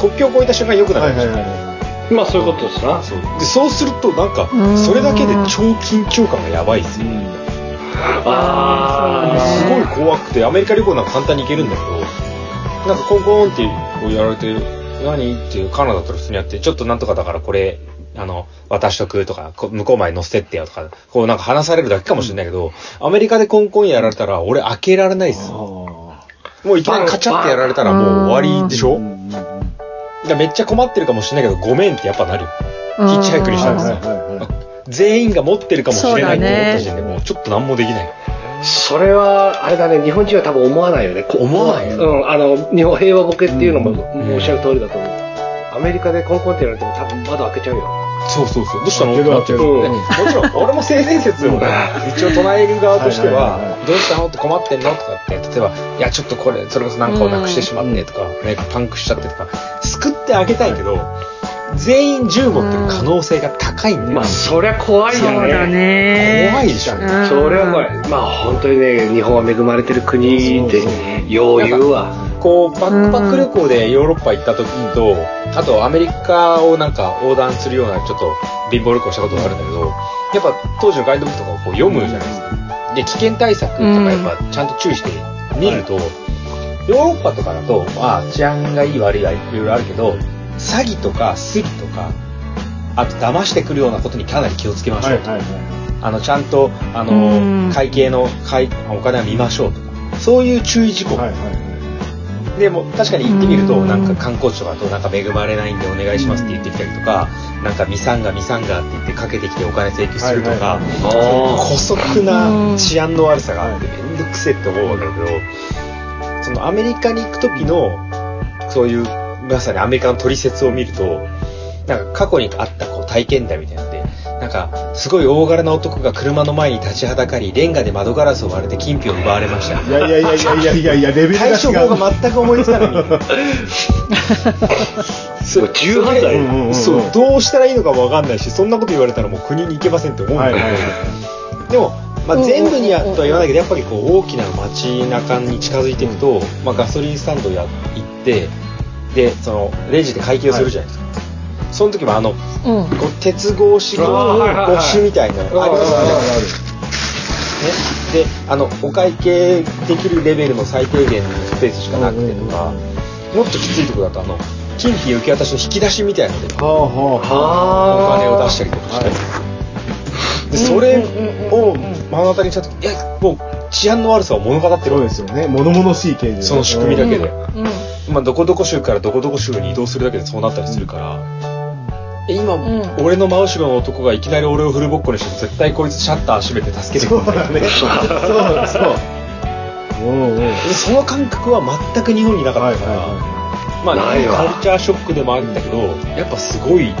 国境を越えた瞬間良くなるんですよはまあそういうことですな。そうでそうするとなんかうんそれだけで超緊張感がやばいですよあーあすごい怖くて、アメリカ旅行なんか簡単に行けるんだけど、なんかコンコンってこうやられて、何ってカナダだったら普通にやって、ちょっとなんとかだからこれ、あの、渡しとくとか、こ向こうまで乗せてってよとか、こうなんか話されるだけかもしれないけど、アメリカでコンコンやられたら、俺開けられないっすよ。あもういきなりカチャってやられたらもう終わりでしー。ょうんうんうんはいだからめっちゃ困ってるかもしれないけど、ごめんってやっぱなるよ。ヒッチハイクにしたんですはいよ。はいはい。全員が持ってるかもしれないと思った時点でそうだねもうちょっと何もできない。あ。それは、あれだね、日本人は多分思わないよね。こ思わないうん、あの、日本平和ボケっていうのも、んおっしゃる通りだと思う。アメリカでコンコンってやられても多分窓開けちゃうよ。そうそうそう。どうしたの開ってけるなっちゃう開けるねもちろん、俺も性善説をね、一応唱える側としてはいはいはいはは、どうしたのって困ってんのとかって、例えば、いや、ちょっとこれ、それこそなんかをなくしてしまってとか、ね、パンクしちゃってとか、救ってあげたいけど、全員銃持ってる可能性が高いんだよまあ。そりゃ怖いよね。そうだね。怖いじゃん。うんそりゃ怖い。まあ本当にね、日本は恵まれてる国でそうそう、余裕は。こう、バックパック旅行でヨーロッパ行った時と、あとアメリカをなんか横断するようなちょっと貧乏旅行したことがあるんだけど、やっぱ当時のガイドブックとかをこう読むじゃないですか。で、危険対策とかやっぱちゃんと注意して見ると、ヨーロッパとかだと、まあ治安がいい悪いはいろいろあるけど、詐欺とかスリとか、あと騙してくるようなことにかなり気をつけましょはうといはいはあのちゃんとあうんの会計の会お金は見ましょうとかそういう注意事項い。はいはいはい。でも確かに行ってみるとうんなんか観光地とかとなんか恵まれないんでお願いしますって言ってきたりとかなんかミサンガミサンガって言ってかけてきてお金請求するとかはいはいそういう古速な治安の悪さがあってうめんどくせえって思うわけだけどそのアメリカに行く時のそういうまさにアメリカの取説を見るとなんか過去にあったこう体験談みたいなのでなんかすごい大柄な男が車の前に立ちはだかりレンガで窓ガラスを割れて金品を奪われましたいやいやいやいやいやいやいや、レベルが違対う。処法が全く思 いつかないそれ18歳うんうんうんそうどうしたらいいのかも分かんないしそんなこと言われたらもう国に行けませんって思うんだはけいど、はいはい。でも、まあ、全部にはとは言わないけどやっぱりこう大きな街中に近づいていくと、まあ、ガソリンスタンドや行ってでそのレジで会計をするじゃないですか、その時もあのこうんう鉄格子あーはいはいはい格子みたいなのありますよねね、であのお会計できるレベルの最低限のスペースしかなくてとか、うんうんうもっときついとこだとあの金品受け渡しの引き出しみたいなのではあはあはおあ金を出したりとかして、でそれを目の当たりにした時いやもう治安の悪さを物語ってそるうわでけですすよね。物々しい系で、その仕組みだけで、うんまあ、どこどこ州からどこどこ州に移動するだけでそうなったりするから、え今、うん俺の真後ろの男がいきなり俺をフルボッコにしても絶対こいつシャッター閉めて助けてくそうれないだね。そうだそう。うんうん。はい その感覚は全く日本になかはいったから、はまあ、ないわカルチャーショックでもあるんだけど、やっぱすごい、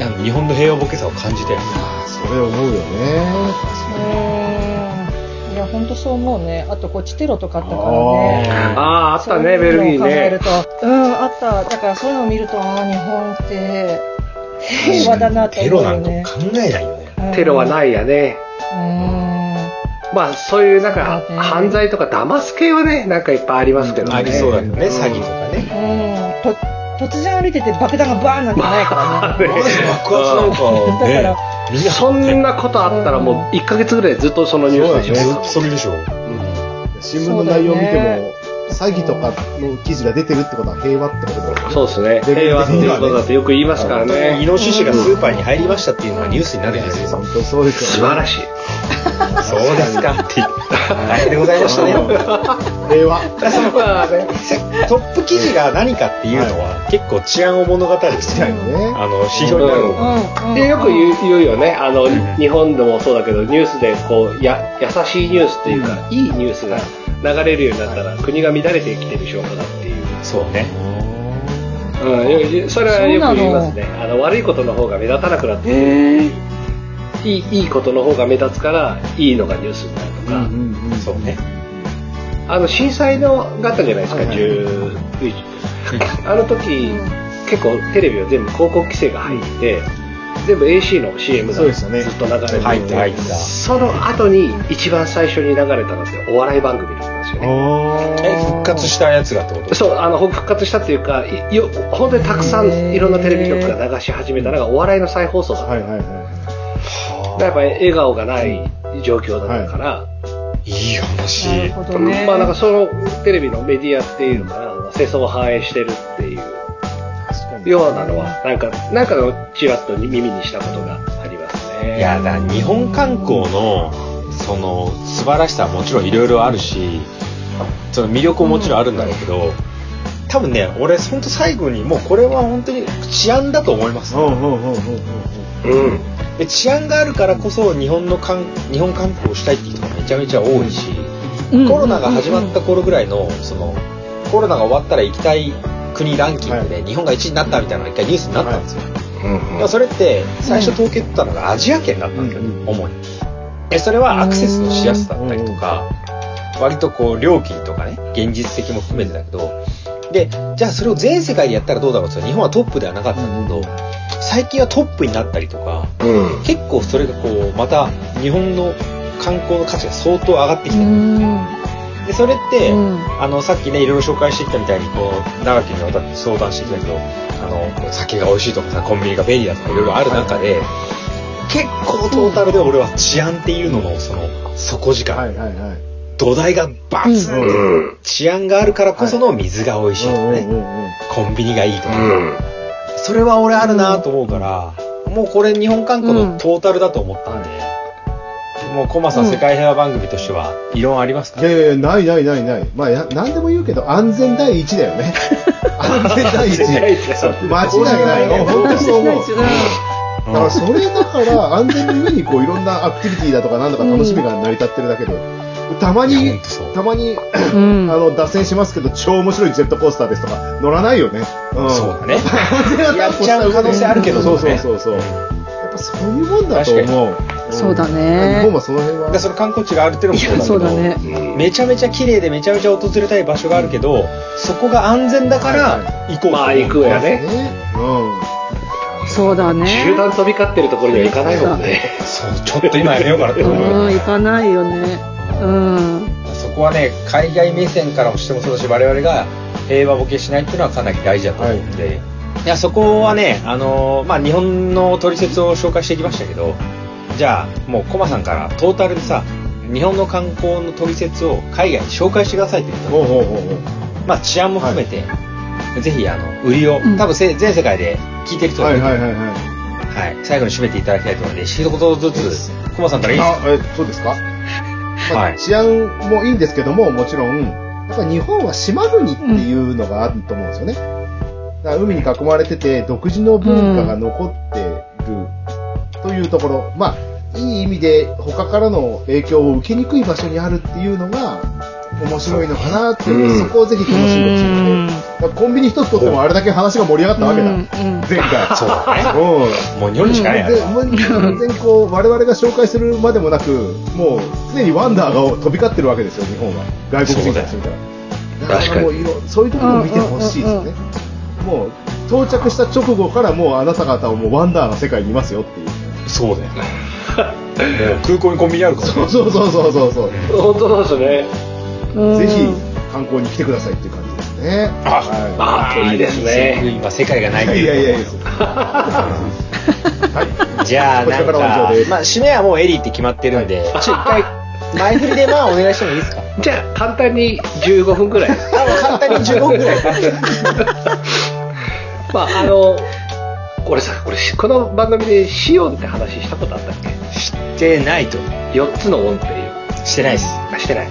あの日本の平和ボケさを感じたよね。い。それ思うよね。うんいや本当そう思うねあとこっちテロとかあったからねああああったねそういベうのルギーを考えねるとうんあっただからそういうのを見るとあー日本って平和だなってテ思ロうなよんかね考えないよね。テロはいないやねまあそういうなんかそうだね犯罪とか騙す系はねなんかいっぱいありますけどねありそうだけどね、ん詐欺とかね。うんと突然歩いてて爆弾がバーンなんてないからね。ね爆発なんかだかねら、みんなそんなことあったらもう1ヶ月ぐらいずっとそのニュースでしずょっとそれでしょ。あ。新聞の内容を見てそうもだよ、詐欺とかの記事が出てるってことは平和ってことだよね。そうですねレベ平ル和っ的てにいうはねことだってよく言いますからイねノシシがスーパーに入りましたっていうのはニュースになるじゃないですか本。当そうです素よ晴ね。ら しいそうですかって。あれでございましたね。平和。まあねせトップ記事が何かっていうのは結構治安を物語る確かにね。あの指標になるのうんうんでよく言う言うよねあの、ん日本でもそうだけどニュースでこうや優しいニュースっていうか、いいニュースが流れるようになったら、国が乱れてきてる証拠だっていう、そうね。うんよよ、それはよそくうなの言いますねあの悪いことの方が目立たなくなってへえいいいいことの方が目立つからいいのがニュースになるとか、んうんそうね。あの震災のがあったじゃないですか、はいはい11あの時、うん結構テレビは全部広告規制が入って、全部 AC の CM がそうずでっしたとね流れて入って入ってその後に一番最初に流れたのってお笑い番組だったんですよね。あえ、復活したやつがってことそう、あの、復活したっていうか、いよ、本当にたくさんへーいろんなテレビ局が流し始めたのがお笑いの再放送だあ。った。はいはいはい。やっぱり笑顔がない状況だったから、いい話。なるほどね。まあなんかそのテレビのメディアっていうのかな、世相を反映してるっていう確かに。ようなのは、なんか、なんかのちらっと耳にしたことがありますね。いやだ日本観光のその素晴らしさはもちろんいろいろあるしその魅力ももちろんあるんだろうけど、多分ね俺本当最後にもうこれは本当に治安だと思います、うんうんうんうんうんうん。うん。で治安があるからこそ日本の観日本観光をしたいって人がめちゃめちゃ多いし、うんコロナが始まった頃ぐらいのそのコロナが終わったら行きたい国ランキングで、日本が1位になったみたいなのが一回ニュースになったんですよ、うんまあそれって最初統計取ったのがアジア圏だったんだけど、うん主にえそれはアクセスのしやすさだったりとか、割とこう料金とかね現実的も含めてだけどでじゃあそれを全世界でやったらどうだろうって言ったら日本はトップではなかったんだけど、うん最近はトップになったりとかうん。結構それがこうまた日本の観光の価値が相当上がってきうてる、んでそれって、うんあのさっきねいろいろ紹介してきたみたいにこう長きにわたって相談してきたけどあの酒が美味しいとかさコンビニが便利だとかいろいろある中で、結構トータルで俺は治安っていうののその底力、はいはいはい。土台がバツン、うんうん。治安があるからこその水が美味しいとかね、うんうんうんうん。コンビニがいいとか、うん。それは俺あるなと思うから、もうこれ日本観光のトータルだと思ったんで、もうコマさん世界平和番組としては異論ありますか、いやいやいやないないないない。まあ、や何でも言うけど、安全第一だよ ね。安全第一。間違いないよ。本当そう思う。だからそれだから安全の上にこういろんなアクティビティだとかなんだか楽しみが成り立ってるだけで、たまいやほにんとそうたまに、うあん。の脱線しますけど超面白いジェットコースターですとか乗らないよね。うん、そうだね。ややっちゃう可能性あるけどそうそうねそうそう。やっぱそういうもんだと思う。んそうだ日ね本。はその辺はで。その観光地があるっていうのもいや、そそううだだけど、ね。めちゃめちゃ綺麗でめちゃめちゃ訪れたい場所があるけど、そこが安全だから行こうと思うまあ行くわよねうそうだね。集団飛び交ってるところには行かないもんね。そう、ちょっと今やめようかなっ てう思ん、う。行かないよね。うん。そこはね、海外目線からもしてもそうだし、我々が平和ボケしないっていうのはかなり大事だと思うんで、い、や、そこはね、あのーまあ、日本の取説を紹介してきましたけど、じゃあ、もうコマさんからトータルでさ、日本の観光の取説を海外に紹介してくださいって言ったん。のほうほうほうほう。まあ、治安も含めて、ぜひ、あの、売りを、うん多分せ全世界で聞いてる人がはいるはいはいはい。はい最後に締めていただきたいと思うので、一言ずつ、コマさんからいいですあか、え、そうですか、まあはい治安もいいんですけども、もちろん、やっぱ日本は島国っていうのがあると思うんですよね。だから海に囲まれてて、独自の文化が残ってるというところ、まあ、いい意味で他からの影響を受けにくい場所にあるっていうのが面白いのかなって、うんそこをぜひ楽しんでほしいので、だからコンビニ一つとってもあれだけ話が盛り上がったわけだ、うん前回。そうだねうんもう日本しかないやつでもう全然こう、我々が紹介するまでもなく、もう、常にワンダーが飛び交ってるわけですよ、日本は。外国人からするから。だから確かにもういろ、そういうところを見てほしいですよね。もう、到着した直後からもうあなた方はもうワンダーの世界にいますよっていう。そうだよね。 もう空港にコンビニあるから、ね。そうそうそうそうそうそう。 本当そうですね。うんぜひ、観光に来てくださいっていう感じですね。あは。ああ、いいですね。今世界がないいいやいやいやいやです。じゃあこちならんかからは以上ですまあ締めはもうエリーって決まってるん で、ちょ一回前振りでまあお願いしてもいいですかじゃあ、簡単に15分くらい。あもう簡単に15分ぐらい まあ、あの、俺さ、これ、この番組でシオンって話したことあったっけしてないと ?4 つの音っていう。してないですあ、してない。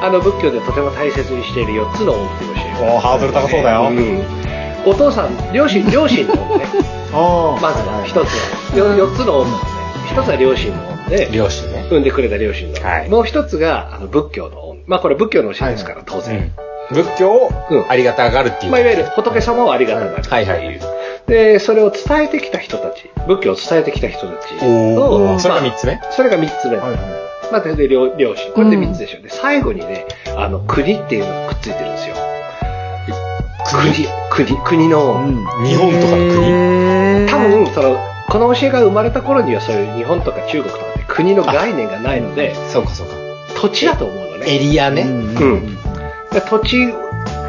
あの、仏教でとても大切にしている4つの音っていう教えを。おハードル高そうだよ、んお父さん、両親、両親の 音ね。ああ。まずは一つは、よ四つの音なんで、一つは両親の音で、両親ね、産んでくれた両親の音。はいもう一つが、あの、仏教の音。まあこれ仏教の教えですから、当然。仏教をうんありがたがるっていう、まあいわゆる仏様をありがたがるってはいはいいう。で、それを伝えてきた人たち、仏教を伝えてきた人たちおと、ーそれが3まつ目、あそれが三つ目。はいはい。まあ、それで両両親。これで三つでしょ。で、最後にね、あの、国っていうのがくっついてるんですよ。国、国、国の音。うん。日本とかの国、へー多分そのこの教えが生まれた頃にはそういう日本とか中国とかって国の概念がないのでそうかそうか土地だと思うのエねリアね、うんで土地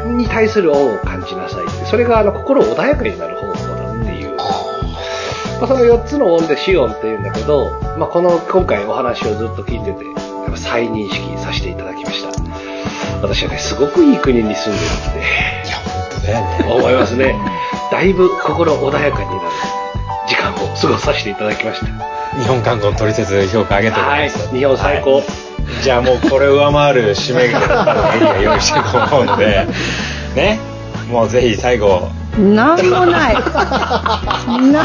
に対する恩を感じなさいってそれがあの心穏やかになる方法だっていう、まあ、その4つの恩で「シオン」っていうんだけど、まあ、この今回お話をずっと聞いててやっぱ再認識させていただきました私はねすごくいい国に住んでるっていや本当だよね思いますね。だいぶ心穏やかになる時間を過ごさせていただきました。日本観光の取説評価ありがとうござはいまい、す、日本最高。じゃあもうこれを上回る締めがエリア用意してると思うので ねもうぜひ最後なんも ない。なんもない。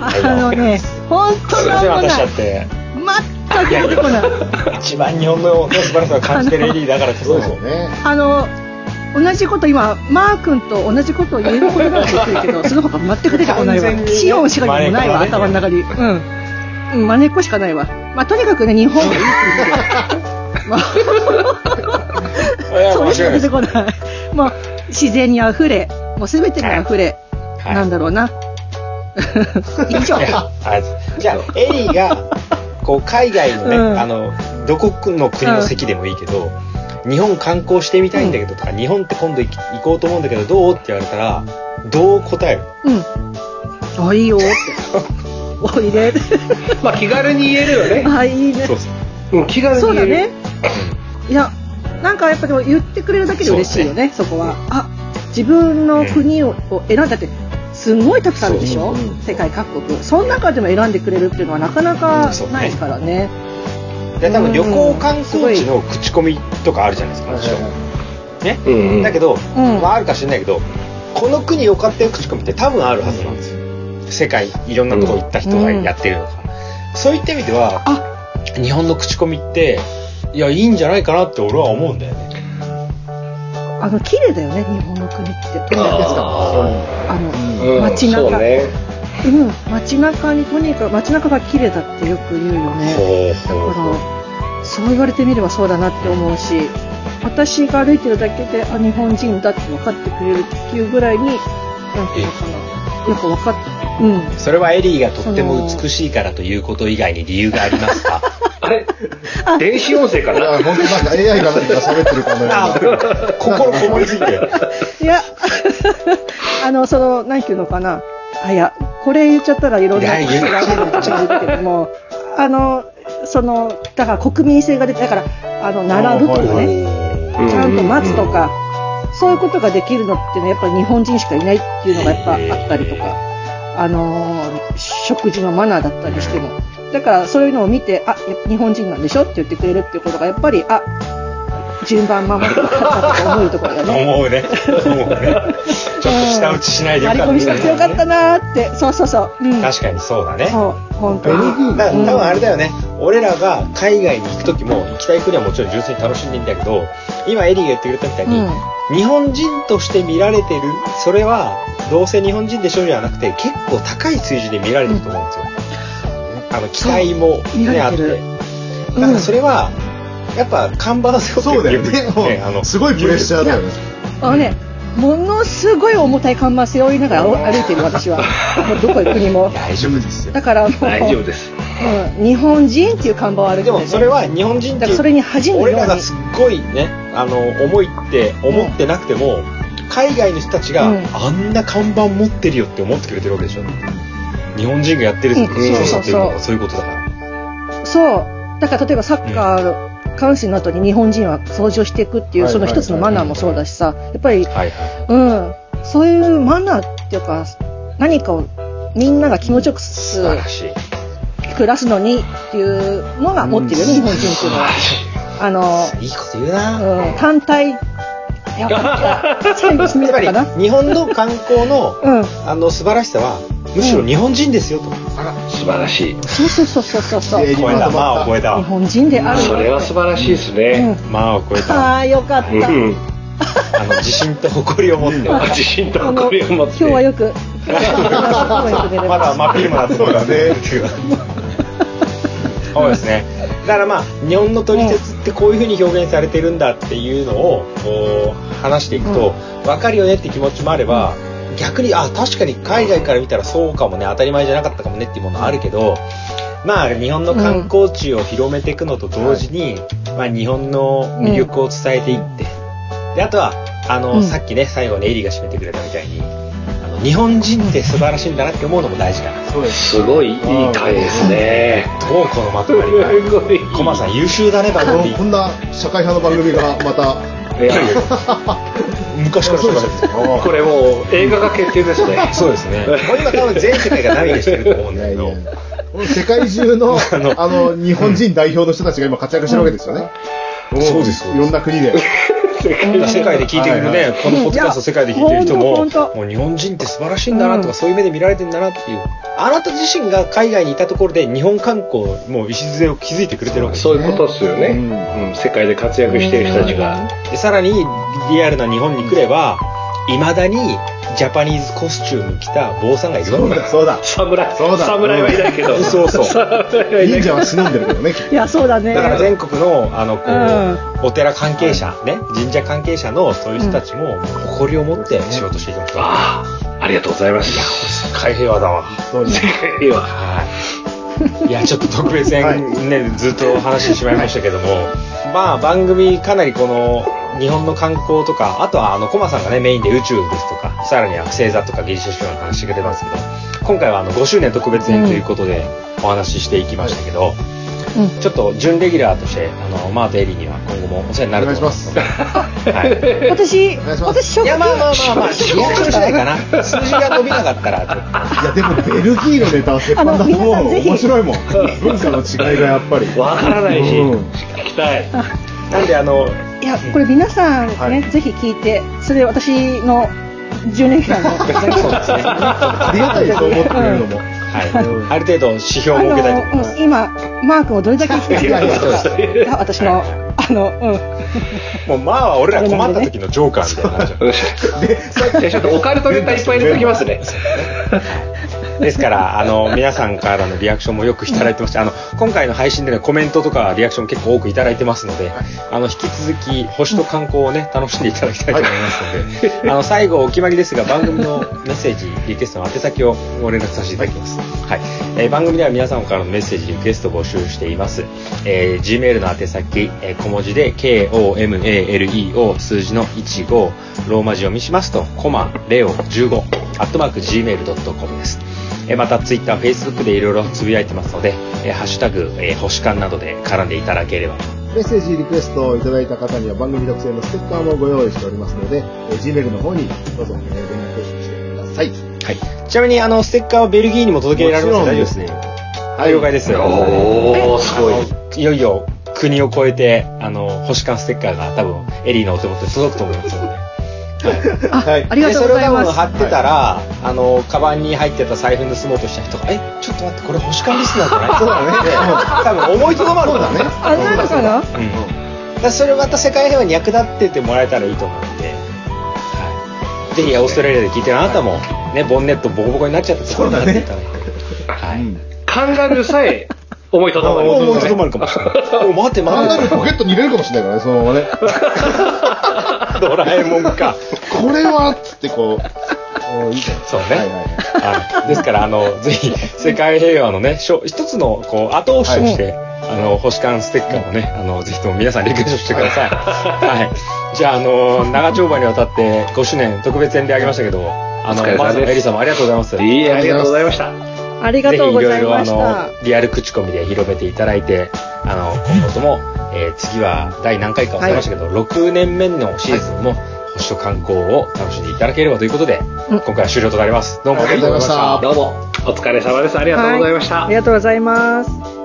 あのね、本当すいまなせんんもな私だいっ。て全く出てこない。一番日本の素晴らしさを感じてるエリーだからこそそうですよね。あの、同じこと今、マー君と同じことを言えることができるけ ど、その他全く出てこない完全にわ。ねシオンしかもないわ、真似っこ頭だねの中に。うん。うん真似っこしかないわ。まあ、とにかくね、日本がいい国で。まあ いやそれしか間違出いなていこない。もう、自然に溢れ、もう全てに溢れ、はいなんだろうな。 以上。はい じゃあエリーがこう海外のね、うんあのどこの国の席でもいいけど、日本観光してみたいんだけどとか、日本って今度行き行こうと思うんだけどどうって言われたらどう答えるうん。あ、いい よって。おいで。まあ気軽に言えるよね。あ、いいね。すうん、気軽にそう言だえる。ね。いや、なんかやっぱでも言ってくれるだけで嬉しいよね、そこは。あ、自分の国をを選んだって、すんごいたくさんあるでしょ、そううん世界各国その中でも選んでくれるっていうのはなかなかないですからねで多分旅行観光地うの口コミとかあるじゃないですか、はいはね、うんうんだけど、うんまあ、あるか知らないけどこの国良かったよ口コミって多分あるはずなんですよ世界いろんなとこ行った人がやってるのか、そういった意味ではあ日本の口コミっていやいいんじゃないかなって俺は思うんだよねあの綺麗だよね日本の国ってどうなんですかああの、ーうん街そう中ね。うん、街中にとにかく街中が綺麗だってよく言うよねだほうほうからそう言われてみればそうだなって思うし私が歩いてるだけであ日本人だって分かってくれるっていうぐらいになんていうのかなよく分かってうんそれはエリーがとっても美しいからということ以外に理由があります かあれ電子音声かいなや、本当なんか AI が何か喋ってるかのような。心こもりすぎていや あのその何ていうのかなあいやこれ言っちゃったらいろんなことがあるんちゃうけどもあのそのだから国民性が出てだからあの並ぶとかね、あはいはうんちゃんと待つとか、そういうことができるのってね、やっぱり日本人しかいないっていうのがやっぱあったりとか、あのー食事のマナーだったりしても。だからそういうのを見て、あ、やっぱ日本人なんでしょって言ってくれるっていうことが、やっぱり、あ、順番守るとかと思うところ がね。思うね思うねちょっと舌打ちしないでよ割りか込っみしたたくてよかったなーって、そうそうそう。うん、確かにそうだねそう、本当に。だから多分あれだよね、俺らが海外に行く時も行きたい国はもちろん純粋に楽しんでいいんだけど今エリーが言ってくれたみたいに、日本人として見られてるそれはどうせ日本人でしょじゃなくて結構高い水準で見られてると思うんですよ、あの期待も、そう見ね、らあれってるてだからそれはやっぱ看板を背負ってそうだよるっていね。うもうすごいプレッシャーだよね。あのね、ものすごい重たい看板背負いながら歩いて る私は。もうどこ行くにも。大丈夫ですよだからもう。大丈夫です。うん、日本人っていう看板はあるけでど、もね、それは日本人っだかていらうそれに恥じぬよう俺らがにすっごいねあの重いって思ってなくても、海外の人たちが、うんあんな看板持ってるよって思ってくれてるわけでしょ日本人がやってるうんそうそうそうっていうのはそういうことだからそうだから例えばサッカー観戦の後に日本人は掃除をしていくっていうはいその一つのマナーもそうだしさやっぱり、はいはうん、そういうマナーっていうか何かをみんなが気持ちよくい素晴らしい暮らすのにっていうのが持ってるよね、日本人っていうのは。あの、いいこと言うな、うん、単体、やっぱり、全部つまかりな。日本の観光のうん、あの素晴らしさはむしろ日本人ですよと、素晴らしい。そうそうそうそうそう そう。え日ー超えたまあを超えた本人であるそれは素晴らしいですね。まあを超えたああ、よかった。うん。あの自信と誇りを持ってうん自信と誇りを持って。今日はよく。今日はよく寝れまだま真っ昼間だと思 そうだねそうですね。だからまあ日本の取説ってこういう風に表現されてるんだっていうのをこう話していくと分かるよねって気持ちもあれば逆にあ確かに海外から見たらそうかもね当たり前じゃなかったかもねっていうものあるけどまあ日本の観光地を広めていくのと同時に、まあ日本の魅力を伝えていって、であとはあの、うんさっきね最後にエリーが締めてくれたみたいにあの日本人って素晴らしいんだなって思うのも大事だなそうです。すごいいい回ですね。どうこのまとすまりがごいいい。コマさん優秀だね番この組こんな社会派の番組がまた。いや昔からそうですこれもう映画が決定ですね。そうですねもう今多分全世界が涙してると思うんいだやけいやど世界中の、あの、日本人代表の人たちが今活躍してるわけですよね。そうですいろんな国で。今世界で聞いてくるはいねこのポッドキャスト世界で聞いてる人いやほもんとほんともう日本人って素晴らしいんだなとうかんそういう目で見られてんだなっていうあなた自身が海外にいたところで日本観光もう礎を築いてくれてるわけで すそういうことですよね。うんうん世界で活躍してる人たちが。でさらにリアルな日本に来ればいまだにジャパニーズコスチューム着た坊さんがいるそわうけだ、そうだ。侍、そうだ侍はいないけど。そうそう侍はいない忍者けど。は忍んでるけどね。いや、そうだね。だから全国のあのこう、うお寺関係者、ね、神社関係者のそういう人たちも誇りを持って仕事していきましょう。ああ、ありがとうございます。世界平和だわ。そうです。いや はい。いや、ちょっと特別編はいね、ずっと話してしまいましたけども、まあ番組かなりこの日本の観光とか、あとはあのコマさんがねメインで宇宙ですとか、さらには星座とかギリシャ神話の話が出ますけど、今回はあの5周年特別編ということでお話ししていきましたけど、うんちょっと準レギュラーとして、あの、マートエリーには今後もお世話になると思います。お願いします。はい。願い私します私い食や、まあまあまあ まあ、ち仕ょっと事しないかな。数字が伸びなかったら、ちょっと。いや、でもベルギーのネタは鉄板だと思う。あの皆さんぜひ面白いもん。文化の違いがやっぱり。わからないし、うん聞きたい。なんで、あの、いやこれ皆さんね、はいぜひ聞いてそれ私の10年間のそうですね。あはりがたいです、思ってくれるのも。い。ある程度指標をあ設けたいと思いまの、す。うん今マークをどれだけ聞いてるそうですのかが私のあのもう、まあは俺ら困った時のジョーカーみたいな感じだよしじゃあちょっとオカルトネタいっぱい入れておきますね。 ですから、あの、皆さんからのリアクションもよくいただいてまして、あの、今回の配信でのコメントとかリアクションも結構多くいただいてますので、あの、引き続き、星と観光をね、楽しんでいただきたいと思いますので、 あの、最後お決まりですが、番組のメッセージ、リクエストの宛先をご連絡させていただきます。はい。えー番組では皆さんからのメッセージ、リクエストを募集しています。えー Gmail の宛先、えー小文字で、KOMALEO 数字の15、ローマ字読みしますと、コマ、レオ15、アットマーク Gmail.com です。えーまたツイッター、フェイスブックでいろいろつぶやいてますので、えーハッシュタグ、えー星間などで絡んでいただければと。メッセージ、リクエストをいただいた方には番組特製のステッカーもご用意しておりますので、えー Gmail の方にどうぞ、えー連絡してください。はい。ちなみに、あの、ステッカーはベルギーにも届けられますので大丈夫ですね。はい、了解です。おー、すごい。いよいよ国を越えて、あの、星間ステッカーが多分、エリーのお手元に届くと思いますので。あ、はいありがでとそうれごをざい多ま分す。貼ってたら、あの、カバンに入ってた財布盗もうとした人が、え、ちょっと待って、これ星間リスナーじゃ ないそうだね。多分思いとどまるんだね。あなのかなうん。だからそれまた世界平和に役立っててもらえたらいいと思うんで、はい。ぜひ、オーストラリアで聞いてるあなたも、ね、ボンネットボコボコになっちゃったところになっていただいて。はういん。カンガルーさえ思いとどまる。思いとどまるかもしれ ない。お、待ってマン待ダってル。ポケットに入れるかもしれないからね、そのま まね。ドラえもんか。これはっつってこう、おーいいじゃん。そうねはいはいはい。はい。ですから、あの、ぜひ、世界平和のね、しょ一つの、こう、後押しとして、あの、星間ステッカーをね、あの、ぜひとも皆さんリクエストしてください。はい。じゃあ、あの、長丁場にわたって5周年特別編であげましたけど、あのお疲れ様で、すまずエリさんもありがとうございます。いいえ、ありがとうございました。ありがとうございましぜひいろいろた。あのリアル口コミで広めていただいてあの今後とも、えー次は第何回か忘れましたけど、6年目のシーズンも星と観光を楽しんでいただければということで、今回は終了となりますどうもありがとうございましたありがとうございましたどうも、お疲れ様です。ありがとうございました。ありがとうございます。